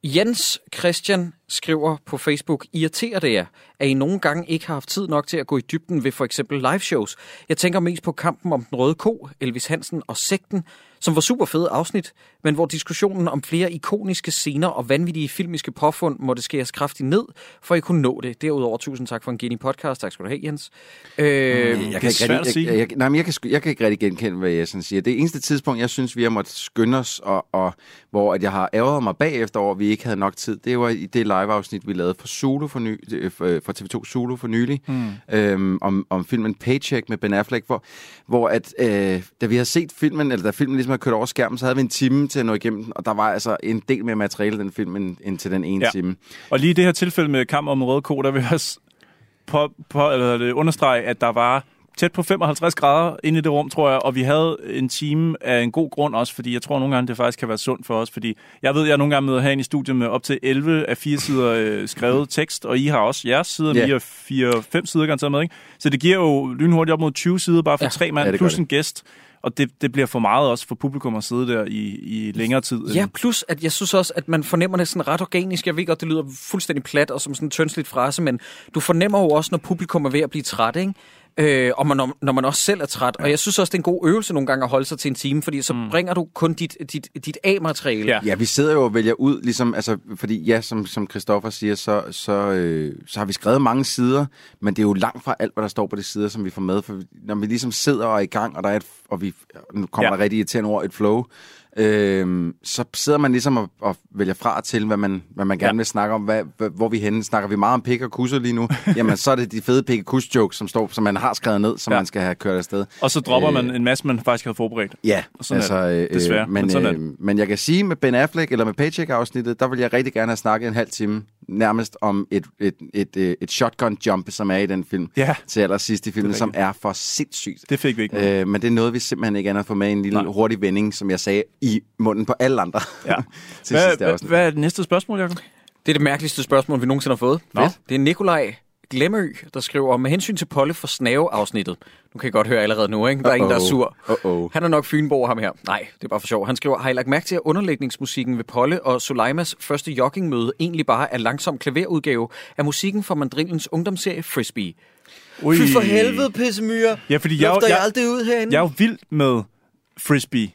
S4: Jens Christian skriver på Facebook, irriterer det jer, at I nogle gange ikke har haft tid nok til at gå i dybden ved for eksempel liveshows. Jeg tænker mest på kampen om den røde ko, Elvis Hansen og sekten, som var super fede afsnit, men hvor diskussionen om flere ikoniske scener og vanvittige filmiske påfund måtte skæres kraftigt ned, for I kunne nå det. Derudover tusind tak for en geni podcast. Tak skal du have, Jens. Øh,
S5: Jeg
S6: Det er
S5: kan
S6: svært
S5: ikke
S6: at
S5: rigtig,
S6: sige.
S5: jeg, jeg, jeg, nej, men jeg, kan, sgu- jeg kan ikke rigtig genkende, hvad jeg sådan siger. Det eneste tidspunkt, jeg synes, vi har måttet skynde os, og, og hvor at jeg har ærget mig bagefter over, at vi ikke havde nok tid, det var i det live-afsnit, vi lavede for, Zulu for, ny, øh, for øh, for TV2 Zulu for nylig,
S6: Hmm.
S5: mm. øhm, om, om filmen Paycheck med Ben Affleck, hvor, hvor at, øh, da vi havde set filmen, eller da filmen ligesom havde kørt over skærmen, så havde vi en time til at nå igennem den, og der var altså en del mere materiale i den film, end, end til den ene
S6: Ja.
S5: ja. time.
S6: Og lige i det her tilfælde med kamp om den røde ko, der vil jeg også på, på, eller hvad hedder det, understrege, at der var tæt på 55 grader inde i det rum, tror jeg, og vi havde en time af en god grund også, fordi jeg tror nogle gange, det faktisk kan være sundt for os, fordi jeg ved, jeg nogle gange møder herinde i studiet med op til 11 af fire sider øh, skrevet tekst, og I har også jeres sider, yeah.
S5: Ja.
S6: vi har fire, fem sider garanteret med, ikke? Så det giver jo lynhurtigt op mod 20 sider bare for
S4: Ja.
S6: ja, tre mand,
S5: Ja,
S6: ja,
S5: det gør
S6: plus
S5: det.
S6: en gæst, og det, det bliver for meget også for publikum at sidde der i, i længere tid. end-
S4: Ja, plus at jeg synes også, at man fornemmer det sådan ret organisk. Jeg ved godt, det lyder fuldstændig plat og som sådan en tønsligt frase, men du fornemmer jo også, når publikum er ved at blive træt, ikke? Øh, og man, når- når man også selv er træt. Og jeg synes også, det er en god øvelse nogle gange at holde sig til en time, fordi så mm. bringer du kun dit, dit, dit A-materiale.
S6: Ja.
S5: Ja, vi sidder jo og vælger ud, ligesom, altså, fordi ja, som, som Christoffer siger, så, så, øh, så har vi skrevet mange sider, men det er jo langt fra alt, hvad der står på de sider, som vi får med. For vi- når vi ligesom sidder og er i gang, og der er et, og vi, nu kommer
S6: Ja.
S5: ja. der rigtig irriterende ord, et flow, øh, så sidder man ligesom og, og vælger fra til, hvad man, hvad man gerne
S6: Ja.
S5: ja. vil snakke om. Hvad, hvad, hvor er vi henne? Snakker vi meget om pik og kusser lige
S6: (laughs)
S5: nu? Jamen, så er det de fede pik og kus jokes, som, står, som man har skrevet ned, som
S6: Ja.
S5: ja. man skal have kørt afsted.
S6: Og så dropper
S5: Øh.
S6: man en masse, man faktisk havde forberedt.
S5: Ja,
S6: Og sådan er det.
S5: øh, øh,
S6: Desværre, men
S5: Men,
S6: sådan er
S5: øh, men jeg kan sige, med Ben Affleck eller med Paycheck-afsnittet, der vil jeg rigtig gerne have snakket en halv time nærmest om et, et, et, øh, et shotgun-jump, som er i den film.
S6: Ja.
S5: Til allersidst i filmen,
S6: Det er
S5: som er for sindssygt.
S6: Det fik vi ikke. med.
S5: Øh, men det er noget, vi simpelthen ikke andet at få med i en lille
S6: Nej.
S5: Nej. hurtig vending, som jeg sagde, i munden på alle andre.
S6: Ja.
S5: (laughs) til
S6: Hvad,
S5: sidste
S6: hvad,
S5: afsnit.
S6: hvad er det næste spørgsmål, Jacob?
S4: Det er det mærkeligste spørgsmål, vi nogensinde har fået.
S6: Nå.
S4: Det er Nikolaj Glemø, der skriver, med hensyn til Polle for Snave-afsnittet. Nu kan jeg godt høre allerede nu, ikke? Der er uh ingen, der er sur.
S5: Uh-oh. Uh-oh.
S4: Han er nok Fynborg, ham her. Nej, det er bare for sjov. Han skriver, har I lagt mærke til, at underlægningsmusikken ved Polle og Sulaimas første joggingmøde egentlig bare er langsom klaverudgave af musikken fra Mandrillens ungdomsserie Frisbee?
S6: Ui.
S4: pissemyre.
S6: Ja, fordi jeg, jeg, jeg,
S4: aldrig ud herinde?
S6: jeg er jo vild med frisbee.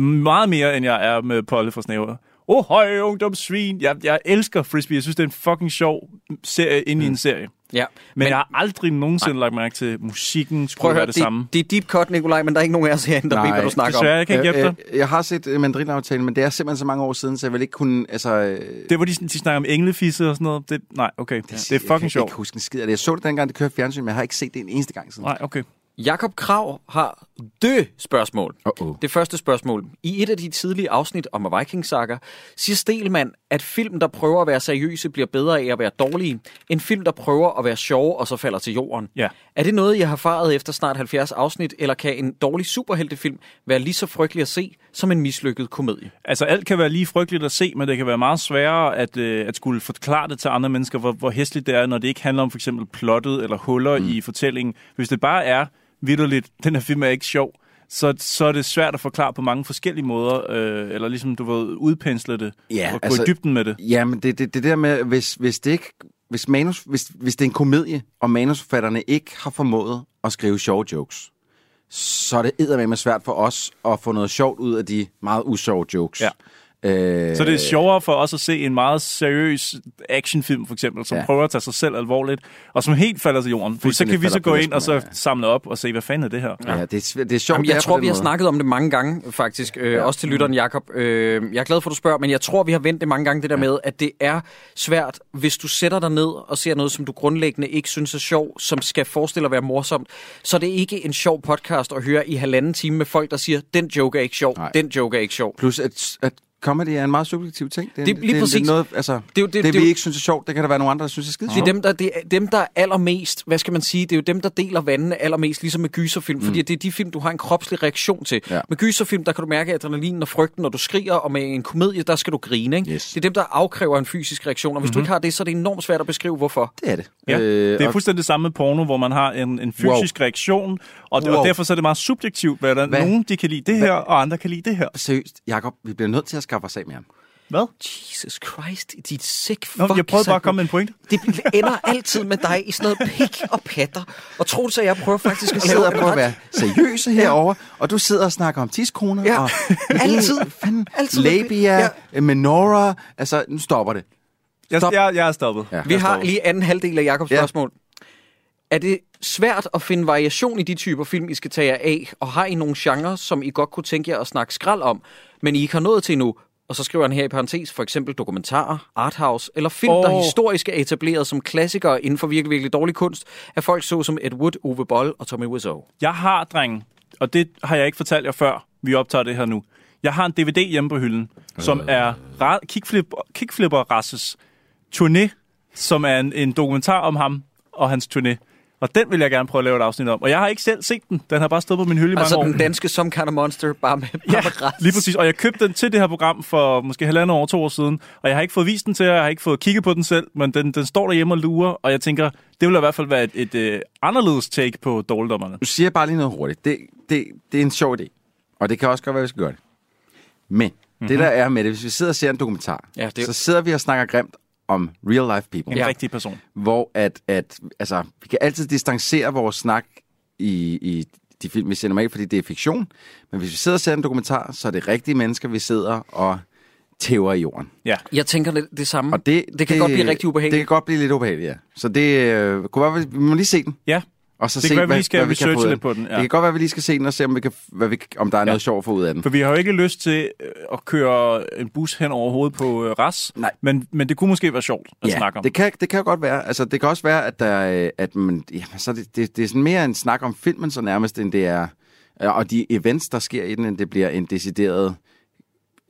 S6: Meget mere, end jeg er med Polle fra Snæver. Oh, høj ungdomssvin. Jeg, jeg elsker frisbee. Jeg synes, det er en fucking sjov serie ind i en serie.
S4: ja.
S6: Men, men jeg har aldrig nogensinde lagt mærke til, at musikken
S4: prøv
S6: skulle
S4: at
S6: være
S4: høre,
S6: det,
S4: det,
S6: samme.
S4: det er deep cut, Nikolaj, men der er ikke nogen af os herinde, der
S5: Nej,
S4: ved, hvad du snakker om.
S6: Desværre, jeg kan ikke hjælpe dig.
S5: øh, jeg har set øh, mandrinaftalen, men det er simpelthen så mange år siden, så jeg vil ikke kunne... Altså, øh,
S6: Det var de, sådan- de snakker om englefisse og sådan noget. Det, nej, okay. Det, det er
S5: jeg kan
S6: fucking sjovt.
S5: ikke huske en skid af det. Jeg så det dengang, det kørte i fjernsyn, men jeg har ikke set det en eneste gang siden.
S6: Nej, okay.
S4: Øh, Jakob Krav har dø spørgsmål.
S5: Uh-oh.
S4: Det første spørgsmål. I et af de tidlige afsnit om Vikingsakker siger Stelman, at film, der prøver at være seriøse, bliver bedre af at være dårlige, end film, der prøver at være sjove og så falder til jorden.
S6: Ja.
S4: Er det noget, jeg har erfaret efter snart 70 afsnit, eller kan en dårlig superheltefilm være lige så frygtelig at se som en mislykket komedie?
S6: Altså, alt kan være lige frygteligt at se, men det kan være meget sværere at, øh, at skulle forklare det til andre mennesker, hvor, hvor hæsligt det er, når det ikke handler om for eksempel plottet eller huller mm. i fortællingen. Hvis det bare er vidderligt, (laughs) den her film er ikke sjov, så, så er det svært at forklare på mange forskellige måder, øh, eller ligesom, du ved, udpensle det,
S5: Ja,
S6: og gå
S5: altså-
S6: i dybden med det.
S5: Ja, men det, det, det der med, hvis, hvis det ikke... Hvis, manus, hvis, hvis det er en komedie, og manusforfatterne ikke har formået at skrive sjove jokes, så er det eddermame svært for os at få noget sjovt ud af de meget usjove jokes.
S6: Ja.
S5: Øh,
S6: Så det er sjovere for os at se en meget seriøs actionfilm, for eksempel, som ja.
S5: Ja.
S6: prøver at tage sig selv alvorligt, og som helt falder til jorden. Fordi så
S5: Fuldstændig
S6: kan vi så
S5: falder
S6: gå
S5: på
S6: ind og så
S5: næsten, ja.
S6: samle op og se, hvad fanden er det her?
S5: Ja, det er, svæ- det er sjovt.
S4: Jamen,
S5: det
S4: jeg
S5: er
S4: tror,
S5: på den
S4: vi har
S5: måde.
S4: snakket om det mange gange, faktisk. Øh, Også til lytteren, Jakob. Øh, jeg er glad for, at du spørger, men jeg tror, vi har vendt det mange gange, det der med, at det er svært, hvis du sætter dig ned og ser noget, som du grundlæggende ikke synes er sjov, som skal forestille at være morsomt, så er det ikke en sjov podcast at høre i halvanden time med folk, der siger, den joke er ikke sjov, Nej.
S5: Nej.
S4: den joke er ikke sjov.
S5: Plus, at, at comedy er en meget subjektiv ting. Det er,
S4: Det-
S5: en-
S4: lige
S5: det, er-
S4: præcis.
S5: Det, er noget, altså,
S4: er jo-
S5: det,
S4: det-
S5: det, det,
S4: det er
S5: vi
S4: jo-
S5: ikke synes er sjovt, det kan der være nogle andre, der synes er skide
S4: Det er
S5: sjovt.
S4: dem, der, det er dem, der er allermest, hvad skal man sige, det er jo dem, der deler vandene allermest, ligesom med gyserfilm, mm. fordi det er de film, du har en kropslig reaktion til. Ja.
S5: Ja.
S4: Med gyserfilm, der kan du mærke adrenalinen og frygten, når du skriger, og med en komedie, der skal du grine. Ikke?
S5: Yes.
S4: Det er dem, der afkræver en fysisk reaktion, og hvis mm-hmm. du
S6: Mhm.
S4: ikke har det, så er det enormt svært at beskrive, hvorfor.
S5: Det er det.
S6: Ja, øh, det er
S5: og-
S6: fuldstændig det samme med porno, hvor man har en, en fysisk wow. reaktion, og, wow.
S5: Wow.
S6: og derfor så er det meget subjektivt, hvad der
S5: Hvad?
S6: nogen de kan lide det her,
S5: Hvad?
S6: og andre kan lide det her.
S5: Seriøst, Jacob, vi bliver nødt til at skaffe os af med ham.
S6: Hvad?
S4: Jesus Christ, dit sick fuck.
S6: Nå, jeg prøvede bare
S4: Zac.
S6: at komme med en pointe.
S4: Det ender altid med dig i sådan noget pik og patter. Og tro det så, jeg prøver faktisk at
S5: Jeg sidder
S4: lave
S5: og prøver at være
S4: (laughs)
S5: seriøse herover, og du sidder og snakker om tidskoner,
S4: Ja.
S5: og
S4: (laughs) Altid.
S5: fanden,
S4: Altid.
S5: labia, ja. menora, altså, nu stopper det.
S6: Jeg,
S4: Stop.
S6: jeg, jeg er stoppet.
S5: Ja.
S4: Vi har lige anden halvdel af Jakobs ja.
S5: Ja.
S4: spørgsmål. Er det svært at finde variation i de typer film, I skal tage jer af? Og har I nogle genrer, som I godt kunne tænke jer at snakke skrald om, men I ikke har nået til endnu? Og så skriver han her i parentes, for eksempel dokumentarer, arthouse, eller film, oh. der
S6: Åh.
S4: historisk er etableret som klassikere inden for virkelig, virkelig dårlig kunst, af folk så som Ed Wood, Uwe Boll og Tommy Wiseau.
S6: Jeg har, drenge, og det har jeg ikke fortalt jer før, vi optager det her nu. Jeg har en DVD hjemme på hylden, som er Ra- Kickflip, Kickflipper Rasses turné, som er en, en dokumentar om ham og hans turné. Og den vil jeg gerne prøve at lave et afsnit om. Og jeg har ikke selv set den. Den har bare stået på min hylde i
S4: Altså
S6: mange år.
S4: den danske Some Kind of Monster, bare med, bare med
S6: Ja,
S4: ret.
S6: (laughs) lige præcis. Og jeg købte den til det her program for måske halvandet år, to år siden. Og jeg har ikke fået vist den til jer, jeg har ikke fået kigget på den selv, men den, den står derhjemme og lurer. Og jeg tænker, det vil i hvert fald være et, et øh, anderledes take på dårligdommerne.
S5: Nu siger jeg bare lige noget hurtigt. Det, det, det er en sjov idé, og det kan også godt være, at vi skal gøre det. Men mm-hmm. det, der er med det, hvis vi sidder og ser en dokumentar,
S4: Ja,
S5: ja,
S4: det-
S5: det... så sidder vi og snakker grimt om real life people.
S6: En
S4: Ja.
S6: ja. rigtig person.
S5: hvor at, at altså, vi kan altid distancere vores snak i, i de film, vi ser normalt, fordi det er fiktion. Men hvis vi sidder og ser en dokumentar, så er det rigtige mennesker, vi sidder og tæver i jorden.
S6: Ja.
S4: Jeg tænker lidt det samme.
S5: Og det,
S4: det kan godt blive rigtig
S5: Det
S4: ubehageligt.
S5: kan godt blive lidt ubehageligt, ja. Så det øh, kunne være, vi må lige se den.
S6: ja.
S5: Og så
S6: Det kan
S5: se,
S6: være, vi lige skal
S5: kan få
S6: researche
S5: ud af
S6: lidt
S5: den.
S6: på den, ja.
S5: Det kan godt være, at vi lige skal se den og se, om, vi kan, hvad vi, kan- om der er noget sjovt for ud af den.
S6: For vi har jo ikke lyst til øh, at køre en bus hen over hovedet på øh, RAS,
S5: Nej.
S6: Men, men det kunne måske være sjovt at snakke om.
S5: det kan, det kan jo godt være. Altså, det kan også være, at, der, øh, at man, jamen, så er det, det, det er sådan mere en snak om filmen så nærmest, end det er... øh, Og de events, der sker i den, end det bliver en decideret...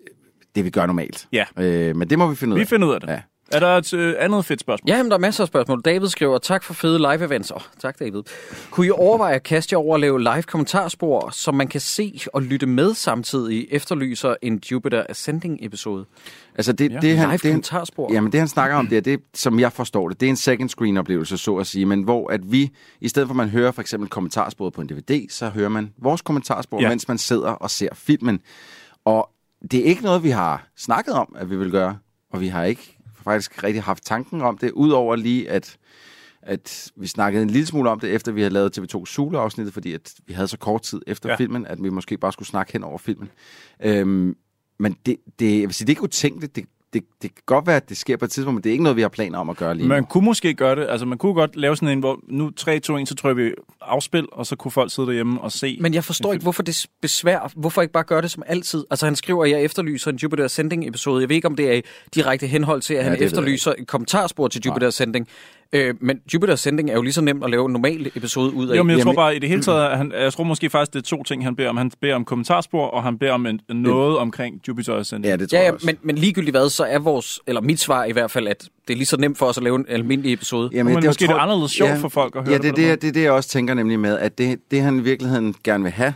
S5: øh, Det vi gør normalt.
S6: Ja.
S5: Øh, men det må vi finde ud af.
S6: Vi finder ud af det.
S5: Ja.
S6: Er der et øh, andet fedt spørgsmål?
S4: Ja, jamen, der er masser af spørgsmål. David skriver, tak for fede live-events. Oh, tak, David. Kunne I overveje at kaste jer over at lave live kommentarspor, som man kan se og lytte med samtidig efterlyser en Jupiter Ascending-episode?
S5: Altså, det,
S6: Ja.
S5: ja. det, han,
S4: Live
S5: det, han,
S4: kommentarspor?
S5: Jamen det, han snakker om, det er det, som jeg forstår det. Det er en second screen oplevelse, så at sige. Men hvor at vi, i stedet for at man hører for eksempel kommentarsporet på en DVD, så hører man vores kommentarspor,
S6: Ja.
S5: ja. mens man sidder og ser filmen. Og det er ikke noget, vi har snakket om, at vi vil gøre. Og vi har ikke faktisk rigtig haft tanken om det, udover lige at at vi snakkede en lille smule om det, efter vi havde lavet TV2 Sule-afsnittet, fordi at vi havde så kort tid efter
S6: Ja.
S5: ja. filmen, at vi måske bare skulle snakke hen over filmen. Øhm, men det, det, jeg vil sige, det er ikke utænkeligt. Det, det, det kan godt være, at det sker på et tidspunkt, men det er ikke noget, vi har planer om at gøre lige
S6: Man
S5: nu.
S6: kunne måske gøre det. Altså, man kunne godt lave sådan en, hvor nu 3, 2, 1, så trykker vi afspil, og så kunne folk sidde derhjemme og se.
S4: Men jeg forstår ikke, hvorfor det besvær, hvorfor ikke bare gøre det som altid? Altså han skriver, at jeg efterlyser en Jupiter Ascending episode. Jeg ved ikke, om det er i direkte henhold til, at ja,
S5: det
S4: han
S5: ved jeg
S4: efterlyser et kommentarspor til Jupiter Ascending. Øh, men Jupiter Ascending er jo lige så nemt at lave en normal episode ud af.
S6: jo, men jeg
S5: Jamen,
S6: tror bare i
S5: (clears throat)
S6: det hele taget, at han, jeg tror måske faktisk, det er to ting, han beder om. Han beder om kommentarspor, og han beder om en, noget omkring Jupiter Ascending.
S5: Ja, det tror
S4: Ja,
S5: jeg
S4: ja
S5: også.
S4: men, men ligegyldigt hvad, så er vores, eller mit svar i hvert fald, at det er lige så nemt for os at lave en almindelig episode. Ja.
S6: Men måske er det anderledes sjovt for folk at høre
S5: ja,
S6: det
S5: det.
S6: på
S5: er
S6: den
S5: det, det, er det, jeg også tænker nemlig med, at det, det han i virkeligheden gerne vil have,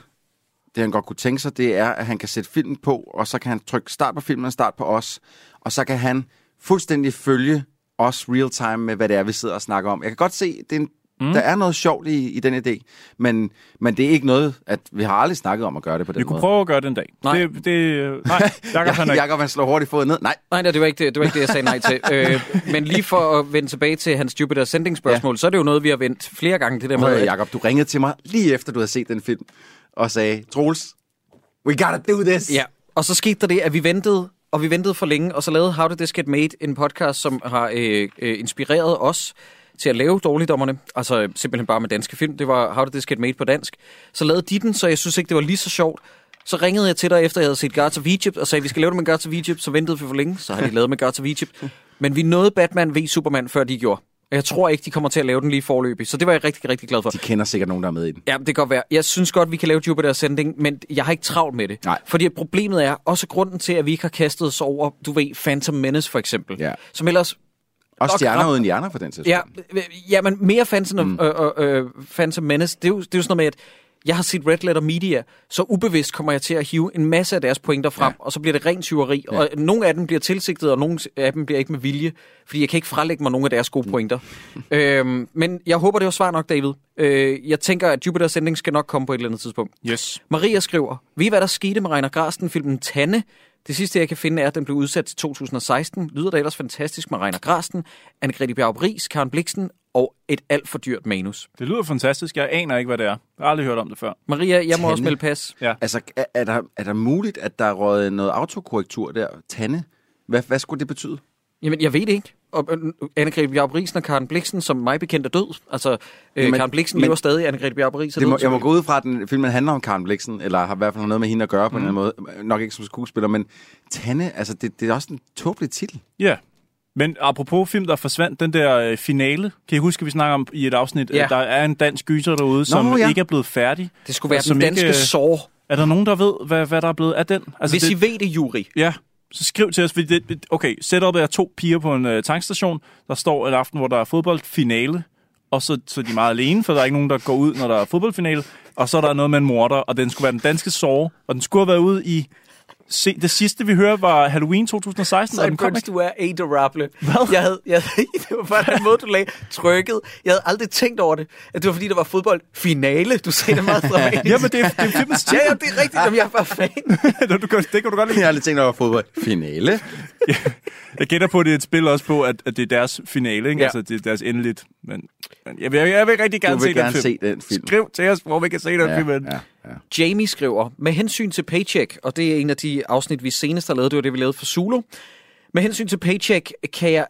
S5: det han godt kunne tænke sig, det er, at han kan sætte filmen på, og så kan han trykke start på filmen og start på os, og så kan han fuldstændig følge os real time med, hvad det er, vi sidder og snakker om. Jeg kan godt se, det er en, mm. der er noget sjovt i, i den idé, men, men det er ikke noget, at vi har aldrig snakket om at gøre det på den
S6: Vi
S5: måde.
S6: kunne prøve at gøre det en dag.
S4: Nej.
S6: det, det, nej
S5: (laughs)
S6: Jacob, han er ikke.
S5: Jakob, han slår hurtigt foden ned. Nej,
S4: Nej, nej, det var ikke det, det, var ikke det jeg sagde nej til. øh, men lige for at vende tilbage til hans Jupiter Ascending spørgsmål, ja. så er det jo noget, vi har vendt flere gange, det der med,
S5: Prøv,
S4: at
S5: Jacob, du ringede til mig lige efter, du havde set den film, og sagde, Troels, we gotta do this.
S4: Ja, og så skete der det, at vi ventede, og vi ventede for længe, og så lavede How Did This Get Made en podcast, som har øh, øh, inspireret os til at lave Dårligdommerne, altså øh, simpelthen bare med danske film. Det var How Did This Get Made på dansk. Så lavede de den, så jeg synes ikke, det var lige så sjovt. Så ringede jeg til dig, efter jeg havde set Guards of Egypt, og sagde, vi skal lave det med Guards of Egypt, så ventede vi for længe, så har de lavet med Guards of Egypt. Men vi nåede Batman v Superman, før de gjorde. Og jeg tror ikke, de kommer til at lave den lige forløbig, så det var jeg rigtig, rigtig glad for.
S5: De kender sikkert nogen, der er med i den.
S4: Ja, det kan godt være. Jeg synes godt, vi kan lave Jupiter Ascending, men jeg har ikke travlt med det.
S5: Nej.
S4: Fordi at problemet er, også grunden til, at vi ikke har kastet os over, du ved, Phantom Menace for eksempel.
S5: Ja.
S4: Som ellers,
S5: Og
S4: Nok
S5: stjerner
S4: ret-
S5: uden hjerner, for den sags
S4: ja,
S5: skyld.
S4: øh, ja men mere Phantom, mm. øh, øh, øh, Phantom Menace, det er, jo, det er jo sådan noget med, at jeg har set Red Letter Media, så ubevidst kommer jeg til at hive en masse af deres pointer frem, ja. og så bliver det rent tyveri. Ja. Og nogle af dem bliver tilsigtet, og nogle af dem bliver ikke med vilje, fordi jeg kan ikke frelægge mig nogle af deres gode pointer. øhm, men jeg håber, det var svar nok, David. Øh, jeg tænker, at Jupiter Ascending skal nok komme på et eller andet tidspunkt.
S6: Yes.
S4: Maria skriver, ved I hvad der skete med Reiner Grasten-filmen Tanne? Det sidste, jeg kan finde, er, at den blev udsat til 2016. Lyder det ellers fantastisk med Reiner Grasten, Anne-Grethe Bjarup Ries, Karen Bliksen og et alt for dyrt manus.
S6: Det lyder fantastisk. Jeg aner ikke, hvad det er. Jeg har aldrig hørt om det før.
S4: Maria, jeg må
S5: Tanne.
S4: også melde pas.
S6: Ja.
S5: Altså, er, er, der, er der muligt, at der er røget noget autokorrektur der? Tanne? Hvad, hvad skulle det betyde?
S4: Jamen, jeg ved det ikke. Og øh, Anne-Grethe Bjarup Riesen og Karen Bliksen, som mig bekendt er død. Altså, øh,
S5: Jamen,
S4: Karen Bliksen
S5: men-
S4: lever stadig, Anne-Grethe Bjarup Ries er
S5: Det må,
S4: død.
S5: jeg må gå ud fra, at den filmen handler om Karen Bliksen, eller har i hvert fald noget med hende at gøre på mm. en eller anden måde. Nok ikke som skuespiller, men Tanne, altså, det, det er også en tåbelig titel.
S6: Ja. Men apropos film, der forsvandt, den der øh, finale, kan I huske, vi snakker om i et afsnit,
S4: Ja.
S6: ja. at der er en dansk gyser derude, som
S5: ja.
S6: ikke er blevet færdig.
S4: Det skulle være
S6: Som
S4: den danske
S6: ikke, øh,
S4: sår.
S6: Er der nogen, der ved, hvad, hvad der er blevet af den? Altså,
S4: Hvis
S6: det,
S4: I ved det, jury.
S6: Ja, så skriv til os. Fordi det, det- okay, setupet er to piger på en øh, tankstation. Der står en aften, hvor der er fodboldfinale. Og så, så er de meget alene, for der er ikke nogen, der går ud, når der er fodboldfinale. Og så er der noget med en morder, og den skulle være den danske sove. Og den skulle have været ude i... Se, det sidste, vi hører, var Halloween 2016, og den kom
S4: Sideburns,
S6: ikke.
S4: du er adorable. Hvad? Jeg havde, (laughs) jeg, det var bare den måde, du lagde trykket. Jeg havde aldrig tænkt over det. At det var fordi, der var fodboldfinale. Du sagde det
S6: (laughs)
S4: meget dramatisk.
S6: Jamen, det er, det er filmens
S4: ja, ja, det er rigtigt. Jamen, jeg er bare fan.
S6: titel. du kan, (laughs) det kan du godt lide.
S5: (laughs) Jeg har aldrig tænkt over fodbold. Finale.
S6: Jeg gætter på, at det er et spil også på, at, at det er deres finale, ikke?
S4: Ja.
S6: Ja. Altså, det er deres endeligt. Men Men Jeg vil, jeg vil rigtig gerne
S5: Du vil
S6: se
S5: gerne
S6: den film.
S5: se den film.
S6: Skriv til os, hvor vi kan se den film. henne.
S5: (laughs) ja, ja.
S4: Jamie skriver, med hensyn til Paycheck, og det er en af de afsnit, vi senest har lavet, det var det, vi lavede for Zulu. Med hensyn til Paycheck kan jeg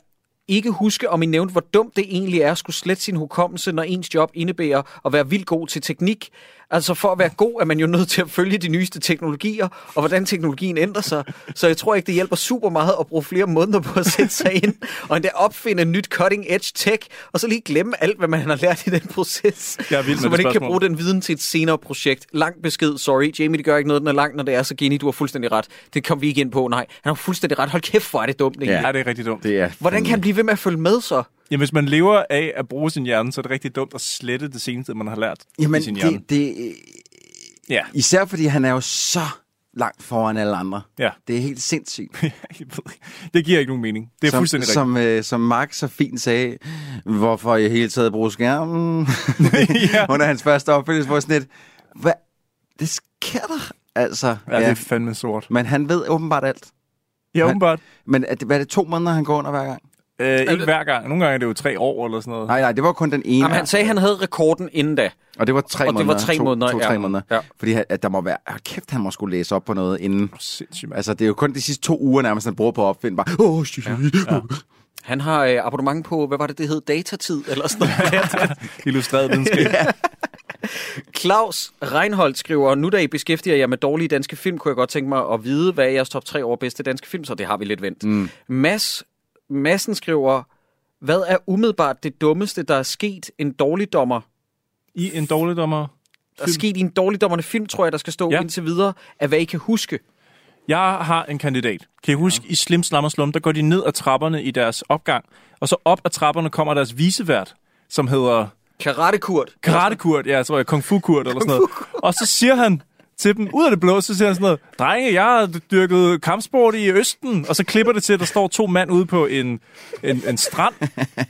S4: ikke huske, om I nævnte, hvor dumt det egentlig er at skulle slette sin hukommelse, når ens job indebærer at være vildt god til teknik. Altså for at være god, er man jo nødt til at følge de nyeste teknologier, og hvordan teknologien ændrer sig. Så jeg tror ikke, det hjælper super meget at bruge flere måneder på at sætte sig ind, og endda opfinde nyt cutting edge tech, og så lige glemme alt, hvad man har lært i den proces.
S6: Jeg er vild med
S4: så man
S6: det
S4: ikke kan
S6: spørgsmål.
S4: bruge den viden til et senere projekt. Lang besked, sorry. Jamie, det gør ikke noget, den er lang, når det er så geni. Du har fuldstændig ret. Det kom vi ikke ind på. Nej, han har fuldstændig ret. Hold kæft, hvor er det dumt, egentlig.
S6: Ja, det er rigtig dumt.
S5: Det er
S4: Hvordan kan han blive ved med at følge med så?
S6: Jamen, hvis man lever af at bruge sin hjerne, så er det rigtig dumt at slette det seneste, man har lært i
S5: Jamen,
S6: sin hjerne.
S5: det, det,
S6: Ja.
S5: især fordi han er jo så langt foran alle andre.
S6: Ja. (laughs)
S5: Det er helt sindssygt.
S6: Jeg ved ikke. det giver ikke nogen mening. Det er
S5: som,
S6: fuldstændig rigtigt.
S5: som, øh, som Mark så fint sagde, hvorfor jeg hele taget bruger skærmen
S6: (laughs) Ja.
S5: under hans første opfølgelse, hvor sådan lidt, hvad, det sker der, altså.
S6: Ja, det er fandme sort.
S5: Men han ved åbenbart alt.
S6: Ja, åbenbart.
S5: Men er det, hvad er det to måneder, han går under hver gang?
S6: Øh, ikke hver gang. Nogle gange er det jo tre år eller sådan noget.
S5: Nej, nej, det var kun den ene.
S4: Jamen, han sagde, at han havde rekorden inden da.
S5: og det var tre
S4: og det var
S5: måneder.
S4: tre
S5: to,
S4: måneder,
S5: To,
S4: ja.
S5: tre måneder.
S4: Ja.
S5: Fordi han- at der må være, oh, kæft, han må skulle læse op på noget inden.
S6: Sindssygt, mand.
S5: Altså, det er jo kun de sidste to uger nærmest, han bruger på at opfinde. Bare, åh, oh, shit. Ja.
S4: Han har øh, abonnement på, hvad var det, det hed? Datatid eller sådan noget.
S5: (laughs)
S6: Illustreret videnskab.
S4: Claus Reinholdt skriver, nu da I beskæftiger jer med dårlige danske film, kunne jeg godt tænke mig at vide, hvad er jeres top 3 over bedste danske film, så det har vi lidt vendt. Mm. Mads, Madsen skriver, hvad er umiddelbart det dummeste, der er sket en dårligdommer
S6: I en dårligdommer.
S4: der er sket i en dårligdommerne film, tror jeg, der skal stå ja.
S6: Ja.
S4: indtil videre, af hvad I kan huske.
S6: Jeg har en kandidat. Kan I huske, ja. i Slim Slam og Slum, der går de ned ad trapperne i deres opgang, og så op ad trapperne kommer deres visevært, som hedder
S4: Karatekurt.
S6: Karatekurt, ja, jeg tror jeg, Kung Fu Kurt eller sådan noget. Og så siger han til dem, ud af det blå, så siger han sådan noget, drenge, jeg har dyrket kampsport i Østen, og så klipper det til, at der står to mand ude på en, en, en strand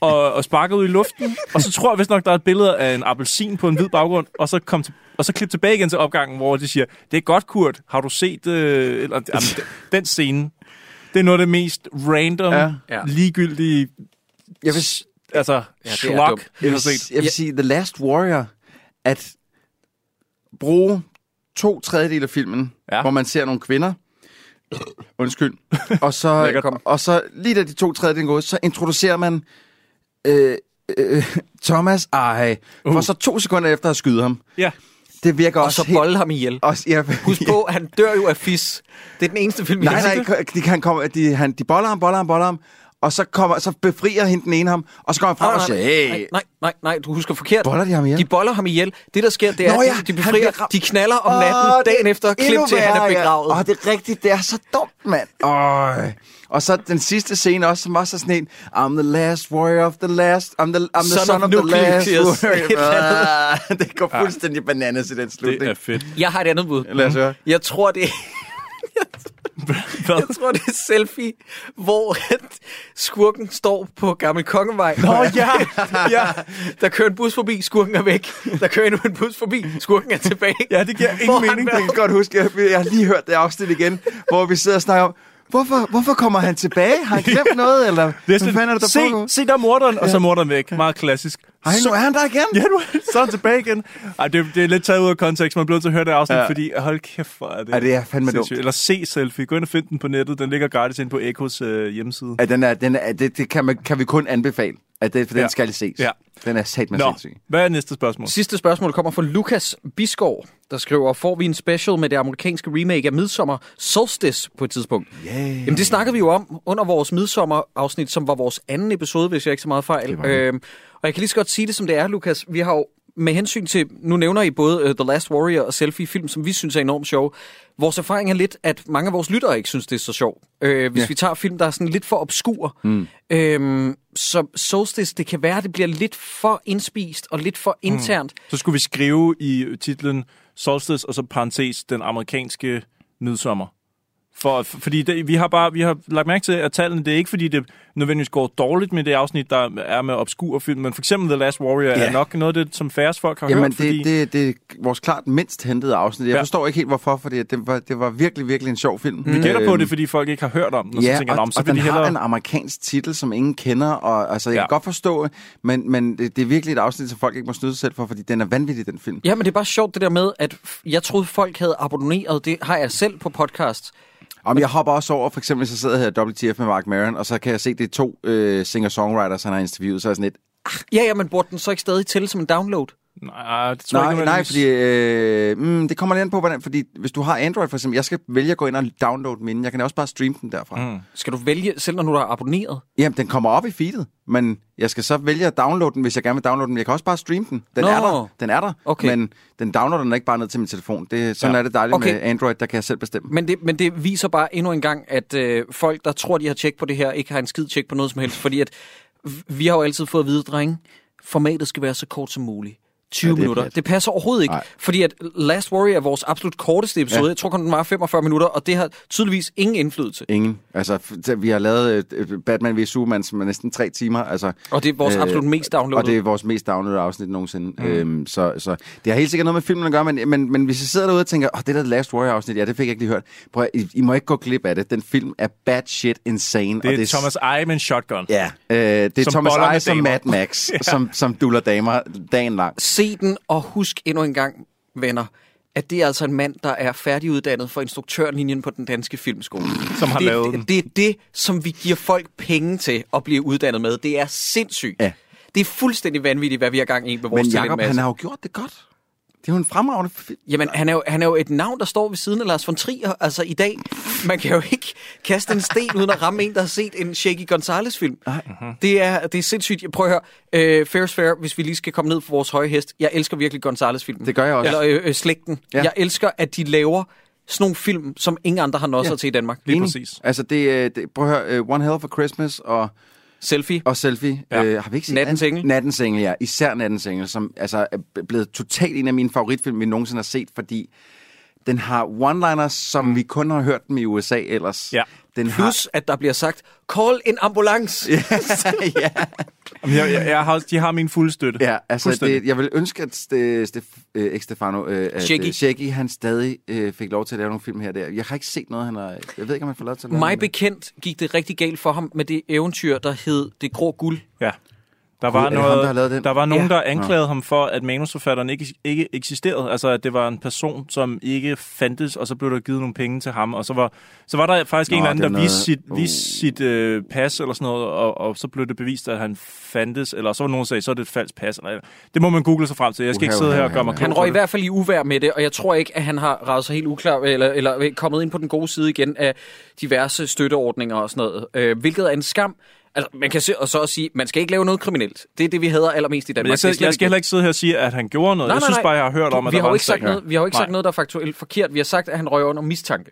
S6: og, og sparker ud i luften, og så tror jeg vist nok, der er et billede af en appelsin på en hvid baggrund, og så, kom til, og så klip tilbage igen til opgangen, hvor de siger, det er godt, Kurt, har du set øh, eller, jamen, den- den scene? Det er noget af det mest random,
S5: Ja.
S4: Ja.
S6: ja. ligegyldige,
S5: Jeg vil,
S6: altså, ja,
S4: er
S6: schlock,
S4: dumt.
S6: jeg
S5: jeg
S6: har
S5: vil,
S6: set.
S5: jeg vil
S4: Ja.
S5: sige, The Last Warrior, at bruge to tredjedel af filmen, ja.
S6: Ja.
S5: hvor man ser nogle kvinder,
S4: (laughs)
S5: undskyld, og så,
S4: Velkommen.
S5: og så lige da de to tredjedel går ud, så introducerer man øh, øh, Thomas Eje, uh. for så to sekunder efter at skyde ham.
S6: Ja.
S5: Det virker
S4: Og
S5: også
S4: så bolde ham ihjel.
S5: Også, (laughs) ja,
S4: Husk på, han dør jo af fis. Det er den eneste film, jeg
S5: Nej, nej, ikke- de, han kommer, de, han, de boller ham, boller ham, boller ham, og så, kommer, så befrier hende den ene ham, og så kommer han frem og
S4: Nej,
S5: siger,
S4: nej,
S5: hey,
S4: nej, nej, nej, nej, du husker forkert.
S5: Boller de ham ihjel?
S4: De boller ham ihjel. Det, der sker, det er,
S5: Nå ja,
S4: at de
S5: han bliver
S4: befrier,
S5: ramt.
S4: de knaller om
S5: Åh,
S4: natten,
S5: det er
S4: dagen efter, klip
S5: endnu
S4: til, at han er
S5: værre,
S4: begravet.
S5: Ja. Åh, det er rigtigt. Det er så dumt, mand. Øj. Og så den sidste scene også, som også er sådan en, I'm the last warrior of the last, I'm the, I'm the
S4: Son
S5: son,
S4: of
S5: of, the last
S4: nucleus. Et eller
S5: warrior. Ah, (laughs) det går fuldstændig bananas i den slutning.
S6: Det er Mm. fedt.
S4: Jeg har et andet bud.
S5: Lad os høre.
S4: Jeg tror, (laughs) det
S6: Hvad?
S4: jeg tror, det er et selfie, hvor at skurken står på Gammel Kongevej. Nå (laughs)
S6: ja, ja.
S4: Der kører en bus forbi, skurken er væk. Der kører endnu en bus forbi, skurken er tilbage.
S5: (laughs)
S6: Ja, det giver
S4: Hvor
S6: ingen
S4: han
S6: mening.
S5: Jeg kan godt huske, jeg, jeg har lige hørt det afsnit igen, hvor vi sidder og snakker om, hvorfor, hvorfor kommer han tilbage? Har han glemt
S6: (laughs)
S5: noget, eller hvad
S6: sådan,
S5: fanden er det, der
S6: se,
S5: foregår?
S6: se, der er morderen, og så er morderen væk. Meget klassisk.
S5: Ej, nu er han der igen.
S6: (laughs) Ja, nu så er han tilbage igen. Ej, det, det er lidt taget ud af kontekst. Man bliver nødt til at høre det afsnit,
S5: Ja.
S6: ja. fordi hold kæft, hvor er det,
S5: Ja, det er fandme
S6: sindssygt.
S5: dumt.
S6: Eller se selfie. Gå ind og find den på nettet. Den ligger gratis ind på Ekos øh, hjemmeside.
S5: Ja, den er, den er, det, det kan, man, kan vi kun anbefale, at det, for den
S6: Ja.
S5: skal ses.
S6: Ja.
S5: Den er sat med
S6: Nå,
S5: sindssyg.
S6: hvad er næste spørgsmål?
S4: Sidste spørgsmål kommer fra Lukas Biskov, der skriver, får vi en special med det amerikanske remake af Midsommer Solstice på et tidspunkt? Yeah. Jamen det snakkede vi jo om under vores Midsommer-afsnit, som var vores anden episode, hvis jeg ikke så meget fejl. Øhm, og jeg kan lige så godt sige det, som det er, Lukas. Vi har jo med hensyn til, nu nævner I både uh, The Last Warrior og Selfie-film, som vi synes er enormt sjov. Vores erfaring er lidt, at mange af vores lyttere ikke synes, det er så sjovt. Øh, hvis
S5: Ja.
S4: vi tager film, der er sådan lidt for obskur. Mm. Øhm, så Solstice, det kan være, at det bliver lidt for indspist og lidt for internt.
S6: Så skulle vi skrive i titlen Solstice, og så parentes, den amerikanske midsommer. For, for, fordi det, vi har bare vi har lagt mærke til, at tallene, det er ikke fordi, det nødvendigvis går dårligt med det afsnit, der er med obskur film, men for eksempel The Last Warrior
S5: Ja.
S6: er nok noget af det, som færrest folk har
S5: Jamen,
S6: hørt, fordi...
S5: det, det, det er vores klart mindst hentede afsnit. Jeg
S6: Ja.
S5: ja. forstår ikke helt, hvorfor, for det var, det var virkelig, virkelig en sjov film.
S6: Vi gætter på det, fordi folk ikke har hørt om den, og så
S5: Øhm. Ja,
S6: tænker
S5: og,
S6: jeg, "Nå, men så
S5: og
S6: vil
S5: den
S6: de
S5: har
S6: hellere...
S5: en amerikansk titel, som ingen kender, og altså, jeg
S6: Ja.
S5: ja. kan godt forstå, men, men det, det er virkelig et afsnit, som folk ikke må snyde sig selv for, fordi den er vanvittig, den film.
S4: Ja, men det er bare sjovt det der med, at f- jeg troede, folk havde abonneret. Det har jeg selv på podcast.
S5: Om jeg hopper også over, for eksempel, hvis jeg sidder her i WTF med Mark Maron, og så kan jeg se, det er to øh, singer-songwriters, han har interviewet, så er jeg sådan lidt,
S4: Ja, ja, men burde den så ikke stadig tælle som en download?
S6: Nej, ah, det tror jeg
S5: Nej,
S6: ikke,
S5: nej,
S6: nødvendigvis.
S5: fordi øh, mm, det kommer lidt an på, hvordan, fordi hvis du har Android for eksempel, jeg skal vælge at gå ind og downloade min, jeg kan også bare streame den derfra. Mm.
S4: Skal du vælge, selv når du har abonneret?
S5: Jamen, den kommer op i feedet, men jeg skal så vælge at downloade den, hvis jeg gerne vil downloade den, men jeg kan også bare streame den. Den
S4: Nå.
S5: er der, den er der,
S4: Okay.
S5: men den downloader den ikke bare ned til min telefon. Det, sådan
S6: Ja.
S5: ja. er det dejligt
S4: Okay.
S5: okay. med Android, der kan jeg selv bestemme.
S4: Men det, men det viser bare endnu en gang, at øh, folk, der tror, de har tjek på det her, ikke har en skid tjek på noget som helst. Fordi at v- vi har jo altid fået at vide, drenge, formatet skal være så kort som muligt. 20 ja,
S5: Ja, det
S4: det
S5: er
S4: minutter.
S5: plat.
S4: Det passer overhovedet ikke. Nej.
S5: Nej.
S4: Fordi at Last Warrior er vores absolut korteste episode. Ja.
S5: Ja.
S4: Jeg tror kun, den var 45 minutter, og det har tydeligvis ingen indflydelse.
S5: Ingen. Altså, f- t- vi har lavet øh, Batman vs. Superman, som er næsten tre timer. Altså,
S4: Og det er vores øh,
S5: Øh,
S4: absolut mest downloadede.
S5: Og det er vores mest downloadede afsnit nogensinde. Mm. Øhm, så, så det har helt sikkert noget med filmen at gøre, men, men, men hvis I sidder derude og tænker, åh, oh, det der The Last Warrior-afsnit, ja, det fik jeg ikke lige hørt. Prøv at, I, I må ikke gå glip af det. Den film er bad shit insane.
S6: Det er Thomas Eje med en shotgun.
S5: Ja, øh, det er
S6: Som
S5: som Thomas
S6: boller med
S5: Eje som
S6: damer.
S5: Mad
S6: (laughs)
S5: Max, ja. som, som duller damer dagen lang.
S4: Se den, og husk endnu en gang, venner, at det er altså en mand, der er færdiguddannet for instruktørlinjen på den danske filmskole.
S6: Som har
S4: det,
S6: lavet den.
S4: det, det er det, som vi giver folk penge til at blive uddannet med. Det er sindssygt.
S5: Ja.
S4: Det er fuldstændig vanvittigt, hvad vi har gang i med vores
S5: Men Jacob, han
S4: talentmasse.
S5: har jo gjort det godt. Det er jo en fremragende film.
S4: Jamen, han er, jo, han er jo et navn, der står ved siden af Lars von Trier. Altså, i dag, man kan jo ikke kaste en sten uden at ramme en, der har set en Shaky Gonzalez-film. Det er, det er sindssygt. Prøv at høre. Øh, Fair is fair, hvis vi lige skal komme ned på vores høje hest. Jeg elsker virkelig Gonzalez-filmen.
S5: Det gør jeg også.
S4: Eller øh, øh, Slægten. Ja.
S5: Ja.
S4: Jeg elsker, at de laver sådan nogle film, som ingen andre har nået ja.
S5: Ja.
S4: til i Danmark.
S6: Lige
S5: Enig.
S6: præcis.
S5: Altså, det, øh, det, prøv at høre, øh, One Hell for Christmas og
S4: Selfie.
S5: og selfie.
S6: Ja.
S5: Ja. Øh, har vi ikke set
S4: Nattens
S5: den?
S4: Engel.
S5: Nattens Engel, ja. Især Nattens Engel, som altså, er blevet totalt en af mine favoritfilm, vi nogensinde har set, fordi den har one-liners, som mm. vi kun har hørt dem i USA ellers.
S6: Ja.
S5: Den
S4: Plus, at der bliver sagt, call en ambulance. Ja.
S5: har, (laughs) ja,
S6: Jamen, Jeg, jeg, jeg har, de har min fulde støtte.
S5: ja, altså
S6: Fuldstændig.
S5: det, jeg vil ønske, at Ste, Stef, øh, ikke Stefano, øh, at,
S4: Shaggy.
S5: øh, Shaggy, han stadig øh, fik lov til at lave nogle film her og der. Jeg har ikke set noget, han har... Jeg ved ikke, om han får lov til at lave
S4: Mig
S5: noget.
S4: bekendt gik det rigtig galt for ham med det eventyr, der hed Det Grå Guld.
S6: Ja. Der var,
S5: er det
S6: noget,
S5: ham, der har lavet den?
S6: der var nogen,
S4: Ja.
S6: der anklagede ham for, at manusforfatteren ikke, ikke eksisterede. Altså, at det var en person, som ikke fandtes, og så blev der givet nogle penge til ham. Og så var, så var der faktisk Nå,
S5: Nå,
S6: en eller anden,
S5: det
S6: der
S5: er
S6: noget... viste sit,
S5: noget-
S6: uh. viste sit øh, pas eller sådan noget, og, og så blev det bevist, at han fandtes. Eller så var nogen, der sagde, så er det et falsk pas. Eller, det må man google sig frem til. Jeg skal
S5: Uha,
S6: ikke sidde
S5: uha,
S6: her og gøre
S5: uha,
S6: mig
S5: uha.
S6: klog
S4: Han
S6: på
S4: røg i
S6: det.
S4: hvert fald i uvær med det, og jeg tror ikke, at han har ravet sig helt uklar, eller, eller kommet ind på den gode side igen af diverse støtteordninger og sådan noget. Øh, hvilket er en skam. Altså, man kan se, og så også sige, man skal ikke lave noget kriminelt. Det er det, vi hader allermest i Danmark.
S6: Men jeg,
S4: Det er
S6: skal,
S4: slet
S6: jeg skal
S4: ikke-
S6: heller ikke sidde her og sige, at han gjorde noget.
S4: Nej,
S6: jeg
S4: nej,
S6: synes
S4: nej.
S6: bare, jeg har hørt om, at
S4: vi
S6: der
S4: har
S6: var
S4: jo
S6: en
S4: ikke sagt
S6: sag.
S4: noget, Vi har jo ikke sagt
S6: Nej.
S4: noget, der er faktuelt forkert. Vi har sagt, at han røg under mistanke.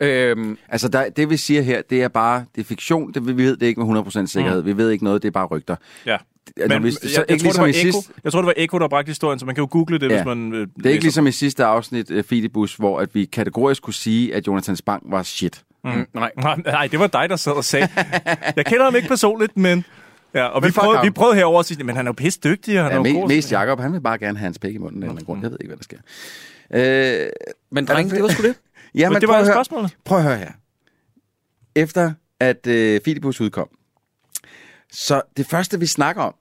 S4: Øh, Øhm,
S5: Altså, der, det vi siger her, det er bare, det er fiktion, det, vi ved det ikke med 100% sikkerhed. Mm. Vi ved ikke noget, det er bare rygter.
S6: Ja.
S5: Ja, når vi- så
S6: jeg, jeg,
S5: ikke ligesom
S6: tror,
S5: i
S6: det var Eko,
S5: sidst-
S6: jeg tror, det var Eko, der bragte historien, så man kan jo google det,
S5: Ja.
S6: hvis man øh,
S5: Det er ikke ligesom i sidste afsnit, uh, Fidibus, hvor at vi kategorisk kunne sige, at Jonathan Spang var shit.
S4: mm. Nej.
S6: Nej, nej, det var dig, der sad og sagde. Jeg kender ham ikke personligt, men... Ja, og men vi,
S5: fuck
S6: prøvede,
S5: ham.
S6: vi prøvede herover at sige, men han er jo pisse dygtig, og han
S5: Ja,
S6: er jo
S5: me-
S6: god. Mm-hmm.
S5: mest Jacob, han vil bare gerne have hans pik i munden af en eller anden grund. Jeg ved ikke, hvad der sker. Øh,
S4: Men drenge, det var sgu det.
S5: ja,
S6: men (laughs) det
S5: prøv
S6: var
S5: at
S6: jo
S5: høre-
S6: spørgsmålet.
S5: Prøv at høre her. Efter at øh, Fidibus udkom, så det første, vi snakker om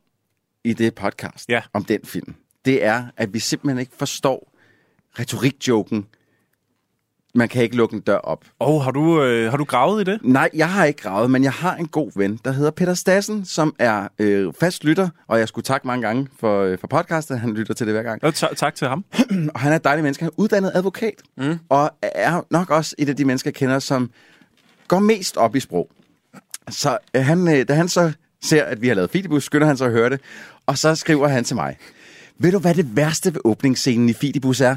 S5: i det podcast,
S6: Ja.
S5: om den film, det er, at vi simpelthen ikke forstår retorikjoken. Man kan ikke lukke en dør op.
S6: Åh, oh, har, du, øh, har du gravet i det?
S5: Nej, jeg har ikke gravet, men jeg har en god ven, der hedder Peter Stassen, som er øh, fast lytter, og jeg skulle takke mange gange for, øh, for podcastet. Han lytter til det hver gang.
S6: Nå, ta- tak til ham.
S5: Og han er et dejligt menneske. Han er uddannet advokat, mm. og er nok også et af de mennesker, jeg kender, som går mest op i sprog. Så øh, han, øh, da han så ser, at vi har lavet Fidibus, skynder han sig at høre det, og så skriver han til mig, ved du, hvad det værste ved åbningsscenen i Fidibus er?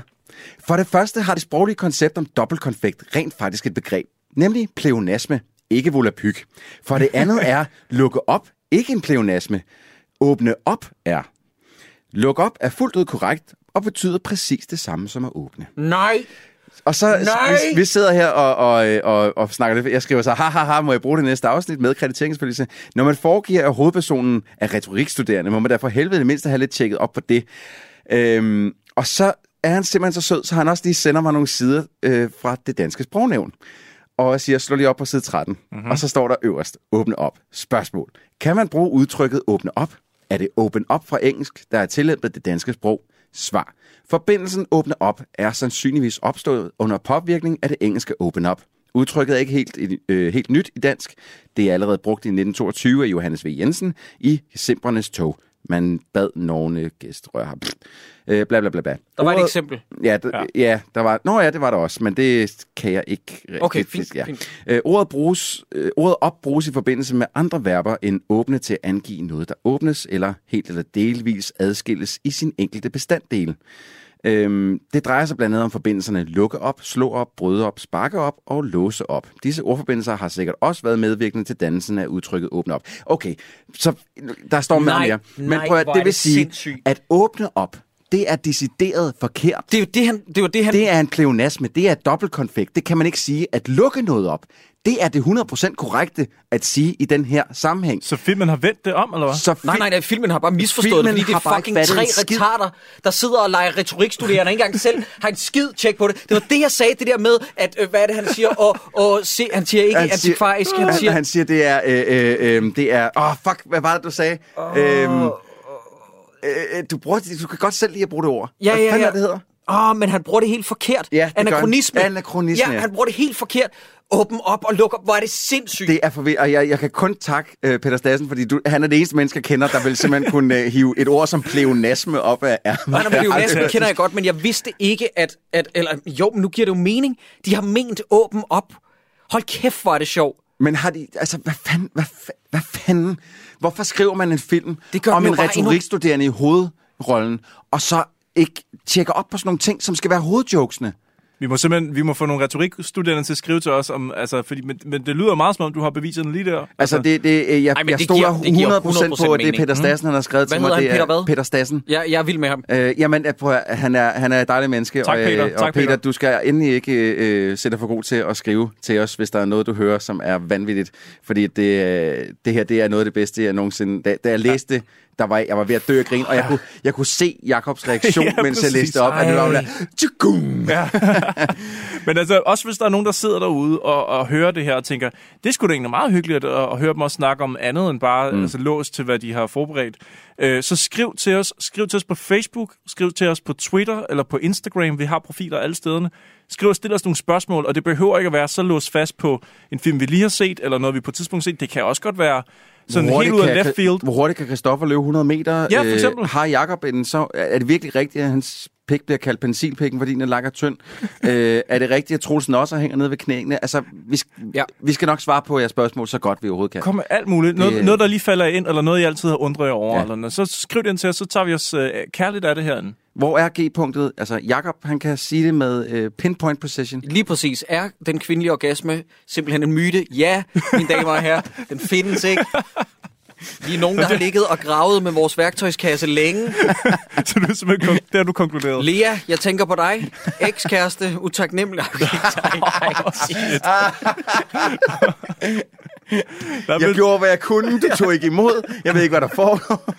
S5: For det første har det sproglige koncept om dobbeltkonfekt rent faktisk et begreb, nemlig pleonasme, ikke volapyk. For det andet er, lukke op, ikke en pleonasme. Åbne op er. Luk op er fuldt ud korrekt og betyder præcis det samme som at åbne.
S4: Nej.
S5: Og så vi, vi sidder her og, og, øh, og, og snakker lidt. Jeg skriver så, ha, ha, ha, må jeg bruge det næste afsnit med kreditering selvfølgelig. Når man foregiver, at hovedpersonen er retorikstuderende, må man derfor helvede det mindste have lidt tjekket op på det. Øhm, og så er han simpelthen så sød, så han også lige sender mig nogle sider øh, fra det danske sprognævn. Og jeg siger, slå lige op på side 13. Mm-hmm. Og så står der øverst, åbne op. Spørgsmål. Kan man bruge udtrykket åbne op? Er det open op fra engelsk, der er tillæmpet det danske sprog? Svar. Forbindelsen åbne op er sandsynligvis opstået under påvirkning af det engelske open up. Udtrykket er ikke helt, øh, helt nyt i dansk. Det er allerede brugt i 1922 af Johannes V. Jensen i Simpernes tog. Man bad Norge gæstrør ham. Øh, bla bla bla bla.
S4: Der var et
S5: Ordet-
S4: eksempel.
S5: Ja, d- ja. ja, der var... Nå ja, det var der også, men det kan jeg ikke rigtig...
S4: Okay, fint,
S5: Ja.
S4: fint.
S5: Øh, ordet, bruges, øh, ordet op bruges i forbindelse med andre verber end åbne til at angive noget, der åbnes eller helt eller delvis adskilles i sin enkelte bestanddele. Øhm, det drejer sig blandt andet om forbindelserne lukke op, slå op, bryde op, sparke op og låse op. Disse ordforbindelser har sikkert også været medvirkende til dannelsen af udtrykket åbne op. Okay, så der står meget
S4: Nej,
S5: mere. Men
S4: nej,
S5: prøv at,
S4: hvor er
S5: det vil
S4: det
S5: sige,
S4: sindssygt.
S5: at åbne op, det er decideret forkert.
S4: Det er jo det, han... Det er jo det, han
S5: Det er en pleonasme. Det er et dobbeltkonfekt. Det kan man ikke sige. At lukke noget op, det er det 100% korrekte at sige i den her sammenhæng.
S6: Så filmen har vendt det om, eller hvad?
S5: Så
S4: Nej, nej, nej, filmen har bare misforstået
S5: Filmen
S4: det, fordi det
S5: har bare
S4: er
S5: ikke
S4: fucking
S5: fattet
S4: tre
S5: en skid.
S4: retarder, der sidder og leger retorikstuderende, ikke engang selv har en skid tjek på det. Det var det, jeg sagde, det der med, at øh, hvad er det, han siger, og, og se, han siger ikke
S5: Han siger-
S4: antikvarisk, han
S5: Han,
S4: siger...
S5: han siger, det er... Øh, øh, øh, det er... Åh, oh, fuck, hvad var det, du sagde? Oh. Øhm, øh, øh, du, bruger, det- du kan godt selv lige at bruge det ord.
S4: Ja,
S5: hvad
S4: ja,
S5: fanden
S4: ja.
S5: er det, hedder?
S4: Åh, oh, men han bruger det helt forkert.
S5: Ja, det gør han.
S4: Anachronisme.
S5: Anachronisme, ja.
S4: Ja, han bruger det helt forkert. Åbn op og luk op. Hvor er det sindssygt.
S5: Det er forvirret, og jeg, jeg kan kun takke øh, Peter Stassen, fordi du, han er det eneste menneske, jeg kender, der vil simpelthen kunne øh, hive et ord som pleonasme op af ærmet.
S4: Nej, nej, men det er jo næsten,
S6: Fantastisk.
S4: kender jeg godt, men jeg vidste ikke, at, at... Eller, jo, men nu giver det jo mening. De har ment åben op. Hold kæft, hvor er det sjovt.
S5: Men har de... Altså, hvad fanden... Hvad, fa- hvad fanden hvorfor skriver man en film
S4: Det gør
S5: om
S4: den jo
S5: en
S4: bare
S5: retorikstuderende i hovedrollen, og så ikke tjekker op på sådan nogle ting, som skal være hovedjokesene?
S6: Vi må simpelthen vi må få nogle retorikstuderende til at skrive til os, om, altså, fordi, men, men det lyder meget som om, du har beviserne lige der.
S5: Altså, det, det, øh, jeg,
S4: Ej, men
S5: jeg
S4: det
S5: stoler
S4: giver- det giver
S5: 100%, 100 på, at det er
S4: mening.
S5: Peter Stassen, han har skrevet
S4: Hvad
S5: til mig.
S4: hedder
S5: det
S4: han?
S5: er
S4: Peter hvad?
S5: Peter Stassen.
S4: Jeg, jeg er vild med ham.
S5: Øh, jamen, øh, prøv, at- han, er, han er et dejligt menneske,
S6: Tak,
S5: og, øh,
S6: Peter.
S5: og
S6: Tak,
S5: Peter,
S6: Peter.
S5: du skal endelig ikke øh, øh, sætte dig for god til at skrive til os, hvis der er noget, du hører, som er vanvittigt, fordi det, øh, det her, det er noget af det bedste, jeg nogensinde... Da, da jeg læste det, der var, jeg var ved at dø af grin, og jeg kunne, jeg kunne se
S6: (laughs)
S5: Jakobs reaktion, ja,
S6: Ah. Ja,
S5: mens jeg
S6: præcis.
S5: læste op, at det var jo der, "Tjukum!"
S6: Ja. Men altså, også hvis der er nogen, der sidder derude og, og hører det her og tænker, det skulle da egentlig meget hyggeligt at, at høre dem også snakke om andet end bare mm. altså, låst til, hvad de har forberedt. Øh, så skriv til os. Skriv til os på Facebook, skriv til os på Twitter eller på Instagram. Vi har profiler alle stederne. Skriv og stil os nogle spørgsmål, og det behøver ikke at være så låst fast på en film, vi lige har set, eller noget, vi på et tidspunkt har set. Det kan også godt være sådan
S5: Hvor
S6: helt ud
S5: hurtigt
S6: af
S5: kan-
S6: left field.
S5: Hvor hurtigt kan Christoffer løbe 100 meter? Øh,
S6: Ja, for eksempel.
S5: har Jakob en så... Er det virkelig rigtigt, at hans pik bliver kaldt pensilpikken, fordi den er lang og
S6: (laughs)
S5: tynd? øh, er det rigtigt, at Troelsen også hænger nede ved knæene? Altså, vi, sk- ja.
S4: Ja.
S5: vi skal nok svare på jeres spørgsmål så godt, vi overhovedet kan.
S6: Kom med alt muligt. Noget,
S5: Det-
S6: det... noget, der lige falder ind, eller noget, I altid har undret jer over.
S5: Ja.
S6: Ja. Eller noget. Så skriv det ind til os, så tager vi os øh, kærligt af det herinde.
S5: Hvor er G-punktet? Altså, Jakob, han kan sige det med øh, pinpoint precision.
S4: Lige præcis. Er den kvindelige orgasme simpelthen en myte? Ja, mine damer og herrer. Den findes ikke. Vi er nogen, der har ligget og gravet med vores værktøjskasse længe.
S6: Så det er simpelthen kon- det har du konkluderet.
S4: Lea, jeg tænker på dig. Ekskæreste,
S5: (laughs)
S4: utaknemmelig. Okay, tak.
S6: Der,
S5: Jeg
S6: men,
S5: gjorde, hvad jeg
S6: (laughs)
S5: kunne. Du tog ikke imod. Jeg ved ikke, hvad der foregår.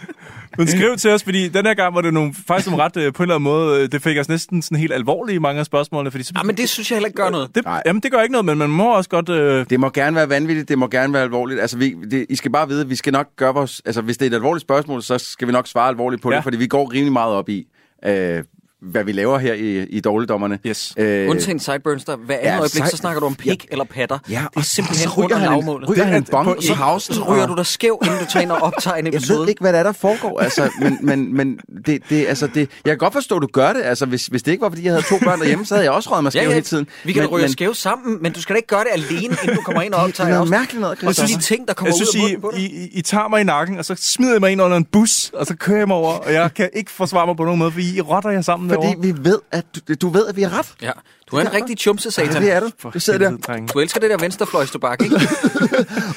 S6: men skriv til os, fordi den her gang var det nogle, faktisk nogle ret, øh, på en eller anden måde, øh, det fik os næsten sådan helt alvorlige mange af spørgsmålene. Fordi så,
S4: Ja, men det synes jeg heller ikke gør noget.
S6: det,
S5: Nej.
S6: jamen, det gør ikke noget, men man må også godt... Øh,
S5: Det må gerne være vanvittigt, det må gerne være alvorligt. Altså, vi, det, I skal bare vide, at vi skal nok gøre vores... Altså, hvis det er et alvorligt spørgsmål, så skal vi nok svare alvorligt på ja.
S6: Ja.
S5: det, fordi vi går rimelig meget op i, øh, hvad vi laver her i, i dårligdommerne.
S6: Yes.
S5: Øh,
S4: Undtagen sideburns, der hver anden
S5: ja,
S4: ja, øjeblik,
S5: side-
S4: så snakker du om pik ja. eller patter.
S5: Ja,
S4: det er
S5: og
S4: simpelthen
S5: så ryger
S4: under
S5: han en-
S4: lavmålet.
S5: ryger
S4: Det
S5: han en
S4: er-
S5: bong
S4: på-
S5: i pausen,
S4: Så ryger
S5: og-
S4: du dig skæv, inden du tager ind og optager en
S5: Jeg ved
S4: episode.
S5: ikke, hvad det er, der foregår, (laughs) altså, men, men, men det, det, altså, det, jeg kan godt forstå, at du gør det. Altså, hvis, hvis det ikke var, fordi jeg havde to børn derhjemme, så havde jeg også røget mig skæv hele tiden.
S4: Vi kan
S5: men,
S4: da ryge
S5: men-
S4: skæve sammen, men du skal da ikke gøre det alene, inden du kommer ind og
S5: Det er (laughs)
S4: optager
S5: noget
S4: os.
S5: mærkeligt noget,
S4: Og så
S5: Christoffer.
S4: de ting, der kommer
S6: jeg synes,
S4: ud af munden på
S6: I,
S4: dig.
S6: I, I tager mig i nakken, og så smider I mig ind under en bus, og så kører jeg mig over, og jeg kan ikke forsvare mig på nogen måde, fordi I rotter jer sammen
S5: Fordi
S6: derovre.
S5: vi ved, at du, du ved, at vi er ret.
S4: Ja, Du er en rigtig chumse, satan.
S5: det er du.
S6: For
S5: Du sidder der.
S6: helvede, drenge.
S4: Du elsker det der venstrefløjstobak,
S6: (laughs)
S4: ikke?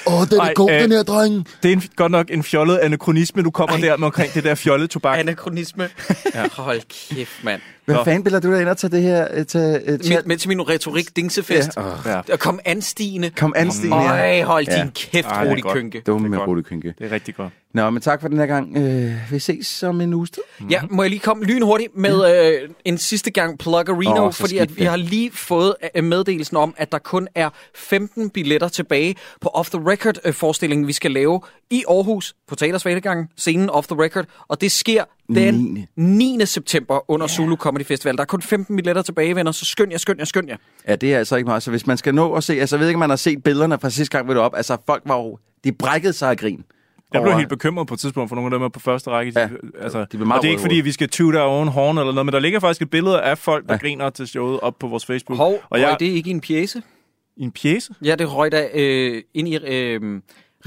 S1: Åh, oh, den er
S6: Ej,
S1: god,
S6: øh,
S1: den her dreng.
S6: Det er en, godt nok en fjollet anachronisme, du kommer Ej. der med omkring det der fjollede tobak.
S4: Anachronisme. Hold kæft, mand.
S5: Hvad
S6: Nå.
S5: fanden billeder du dig ind og tage det her? øh, Tage,
S4: Til,
S5: øh, til,
S4: med til min retorik dingsefest.
S5: Ja,
S6: Ja.
S4: Og kom anstigende.
S5: kom an, Stine. her.
S4: Øj, hold
S5: Ja.
S4: din kæft,
S6: Ej, det er
S4: Rudi
S6: godt.
S4: Kynke.
S5: Dumme
S6: Det er
S5: med
S6: godt.
S5: Rudi Kynke.
S6: Det er rigtig godt.
S5: Nå, men tak for den her gang. Øh, vi ses om en uges tid.
S4: Ja, må jeg lige komme lynhurtigt med øh, en sidste gang Plug Arena,
S5: Åh,
S4: oh,
S5: så
S4: fordi
S5: skidt
S4: at vi
S5: det.
S4: har lige fået øh, meddelelsen om, at der kun er 15 billetter tilbage på Off The Record-forestillingen, vi skal lave i Aarhus på Teatersvanegangen, scenen Off The Record, og det sker den 9. september under yeah. Zulu Comedy Festival. Der er kun 15 billetter tilbage, venner, så skynd jer, skynd jer, skynd jer.
S5: Ja, det er altså ikke meget. Så hvis man skal nå at se... Altså, jeg ved ikke, om man har set billederne fra sidste gang, vi var op. Altså, folk var jo... De brækkede sig af grin.
S6: Jeg blev
S5: Over-
S6: helt bekymret på et tidspunkt, for nogle af dem er på første række.
S5: Ja,
S6: Ja, altså,
S5: de
S6: de
S5: blev
S6: blev
S5: meget
S6: og det er ikke
S5: røde i
S6: fordi, vi skal tue der oven horn eller noget, men der ligger faktisk et billede af folk, der
S5: Ja.
S6: ja. griner til showet op på vores Facebook.
S4: Hov, og
S6: og jeg,
S4: jeg... det er ikke en pjæse?
S6: I en pjæse?
S4: Ja, det røg da øh, ind i øh,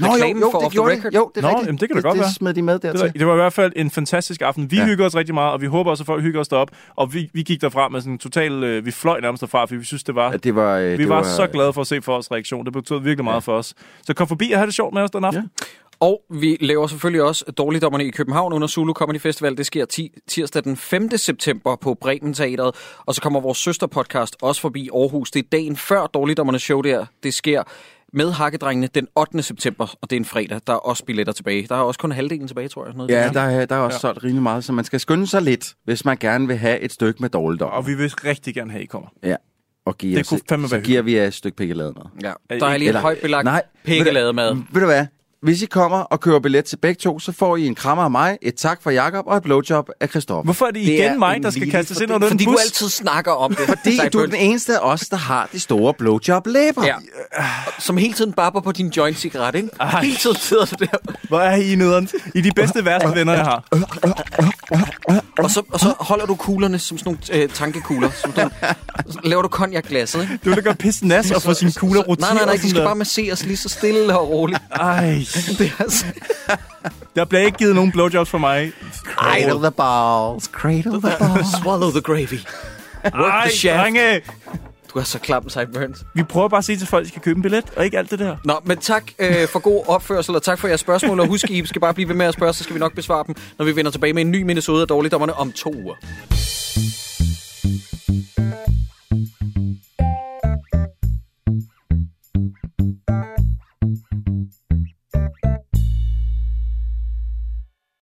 S4: reklamen for Off The
S5: gjorde de.
S4: Record.
S5: Jo, det er
S6: Nå,
S5: rigtigt.
S6: jamen, det kan da godt
S5: det,
S6: være.
S5: Det smed de med
S6: Det, var,
S5: dertil.
S6: det var i hvert fald en fantastisk aften. Vi
S5: Ja.
S6: ja. hygger os rigtig meget, og vi håber også, at folk hygger os derop. Og vi, vi gik derfra med sådan en total... Øh, vi fløj nærmest derfra, fordi vi synes, det var...
S5: Ja, det var, øh,
S6: Vi
S5: det
S6: var, var så glade for at se folks reaktion. Det betød virkelig meget ja. for os. Så kom forbi og have det sjovt med os den aften.
S4: Og vi laver selvfølgelig også Dårligdommerne i København under Zulu Comedy Festival. Det sker ti- tirsdag den 5. september på Bremen Teateret. Og så kommer vores søsterpodcast også forbi Aarhus. Det er dagen før Dårligdommernes show der. Det sker med Hakkedrengene den 8. september, og det er en fredag. Der er også billetter tilbage. Der er også kun halvdelen tilbage, tror jeg. Noget
S5: Ja, der er, der er også ja. solgt rimelig meget, så man skal skynde sig lidt, hvis man gerne vil have et stykke med dårligdom.
S6: Og vi vil rigtig gerne have, I kommer.
S5: Ja. Og giver
S6: Det kunne fandme
S5: så
S6: være
S5: giver vi jer et stykke pikkelade med.
S4: ja. Der er lige
S5: Eller-
S4: et højt belagt
S5: Nej,
S4: pikkelade mad.
S5: Ved du hvad? Hvis I kommer og køber billet til begge to, så får I en krammer af mig, et tak fra Jakob og et blowjob af Christoffer.
S6: Hvorfor er det
S5: Det
S6: igen
S5: er
S6: det mig,
S5: en
S6: der skal
S5: ligelig
S6: kastes ind
S5: fordeling,
S6: under den
S4: Fordi
S6: bus?
S4: du altid snakker om det.
S5: (laughs) Fordi
S4: Seibold.
S5: du er den eneste af os, der har de store blowjob-læber.
S4: Ja. Som hele tiden barber på din joint-cigaret, ikke? Hele tiden sidder du der.
S6: Hvor er I nederen? I er de
S5: (laughs)
S6: bedste værste venner, jeg har.
S4: Og så, og så holder du kuglerne som sådan nogle øh, tankekugler. Som sådan, så laver du konjakglasset, ikke?
S6: Du ligger pisse nas og får sine kugler
S4: Så-
S6: roteret.
S4: Nej, nej, nej, de skal bare masseres lige så stille og roligt.
S6: Ej,
S4: Det er altså...
S6: der bliver ikke givet nogen blowjobs for mig.
S5: Cradle the balls, cradle the
S4: Swallow the gravy.
S6: Ej,
S4: shaft.
S6: drenge!
S4: Du er så klam, Cyburns.
S6: Vi prøver bare at sige til folk, at de skal købe en billet, og ikke alt det der.
S4: Nå, men tak øh, for god opførsel, og tak for jeres spørgsmål. Og husk, I skal bare blive ved med at spørge, så skal vi nok besvare dem, når vi vender tilbage med en ny minisode af Dårligdommerne om to uger.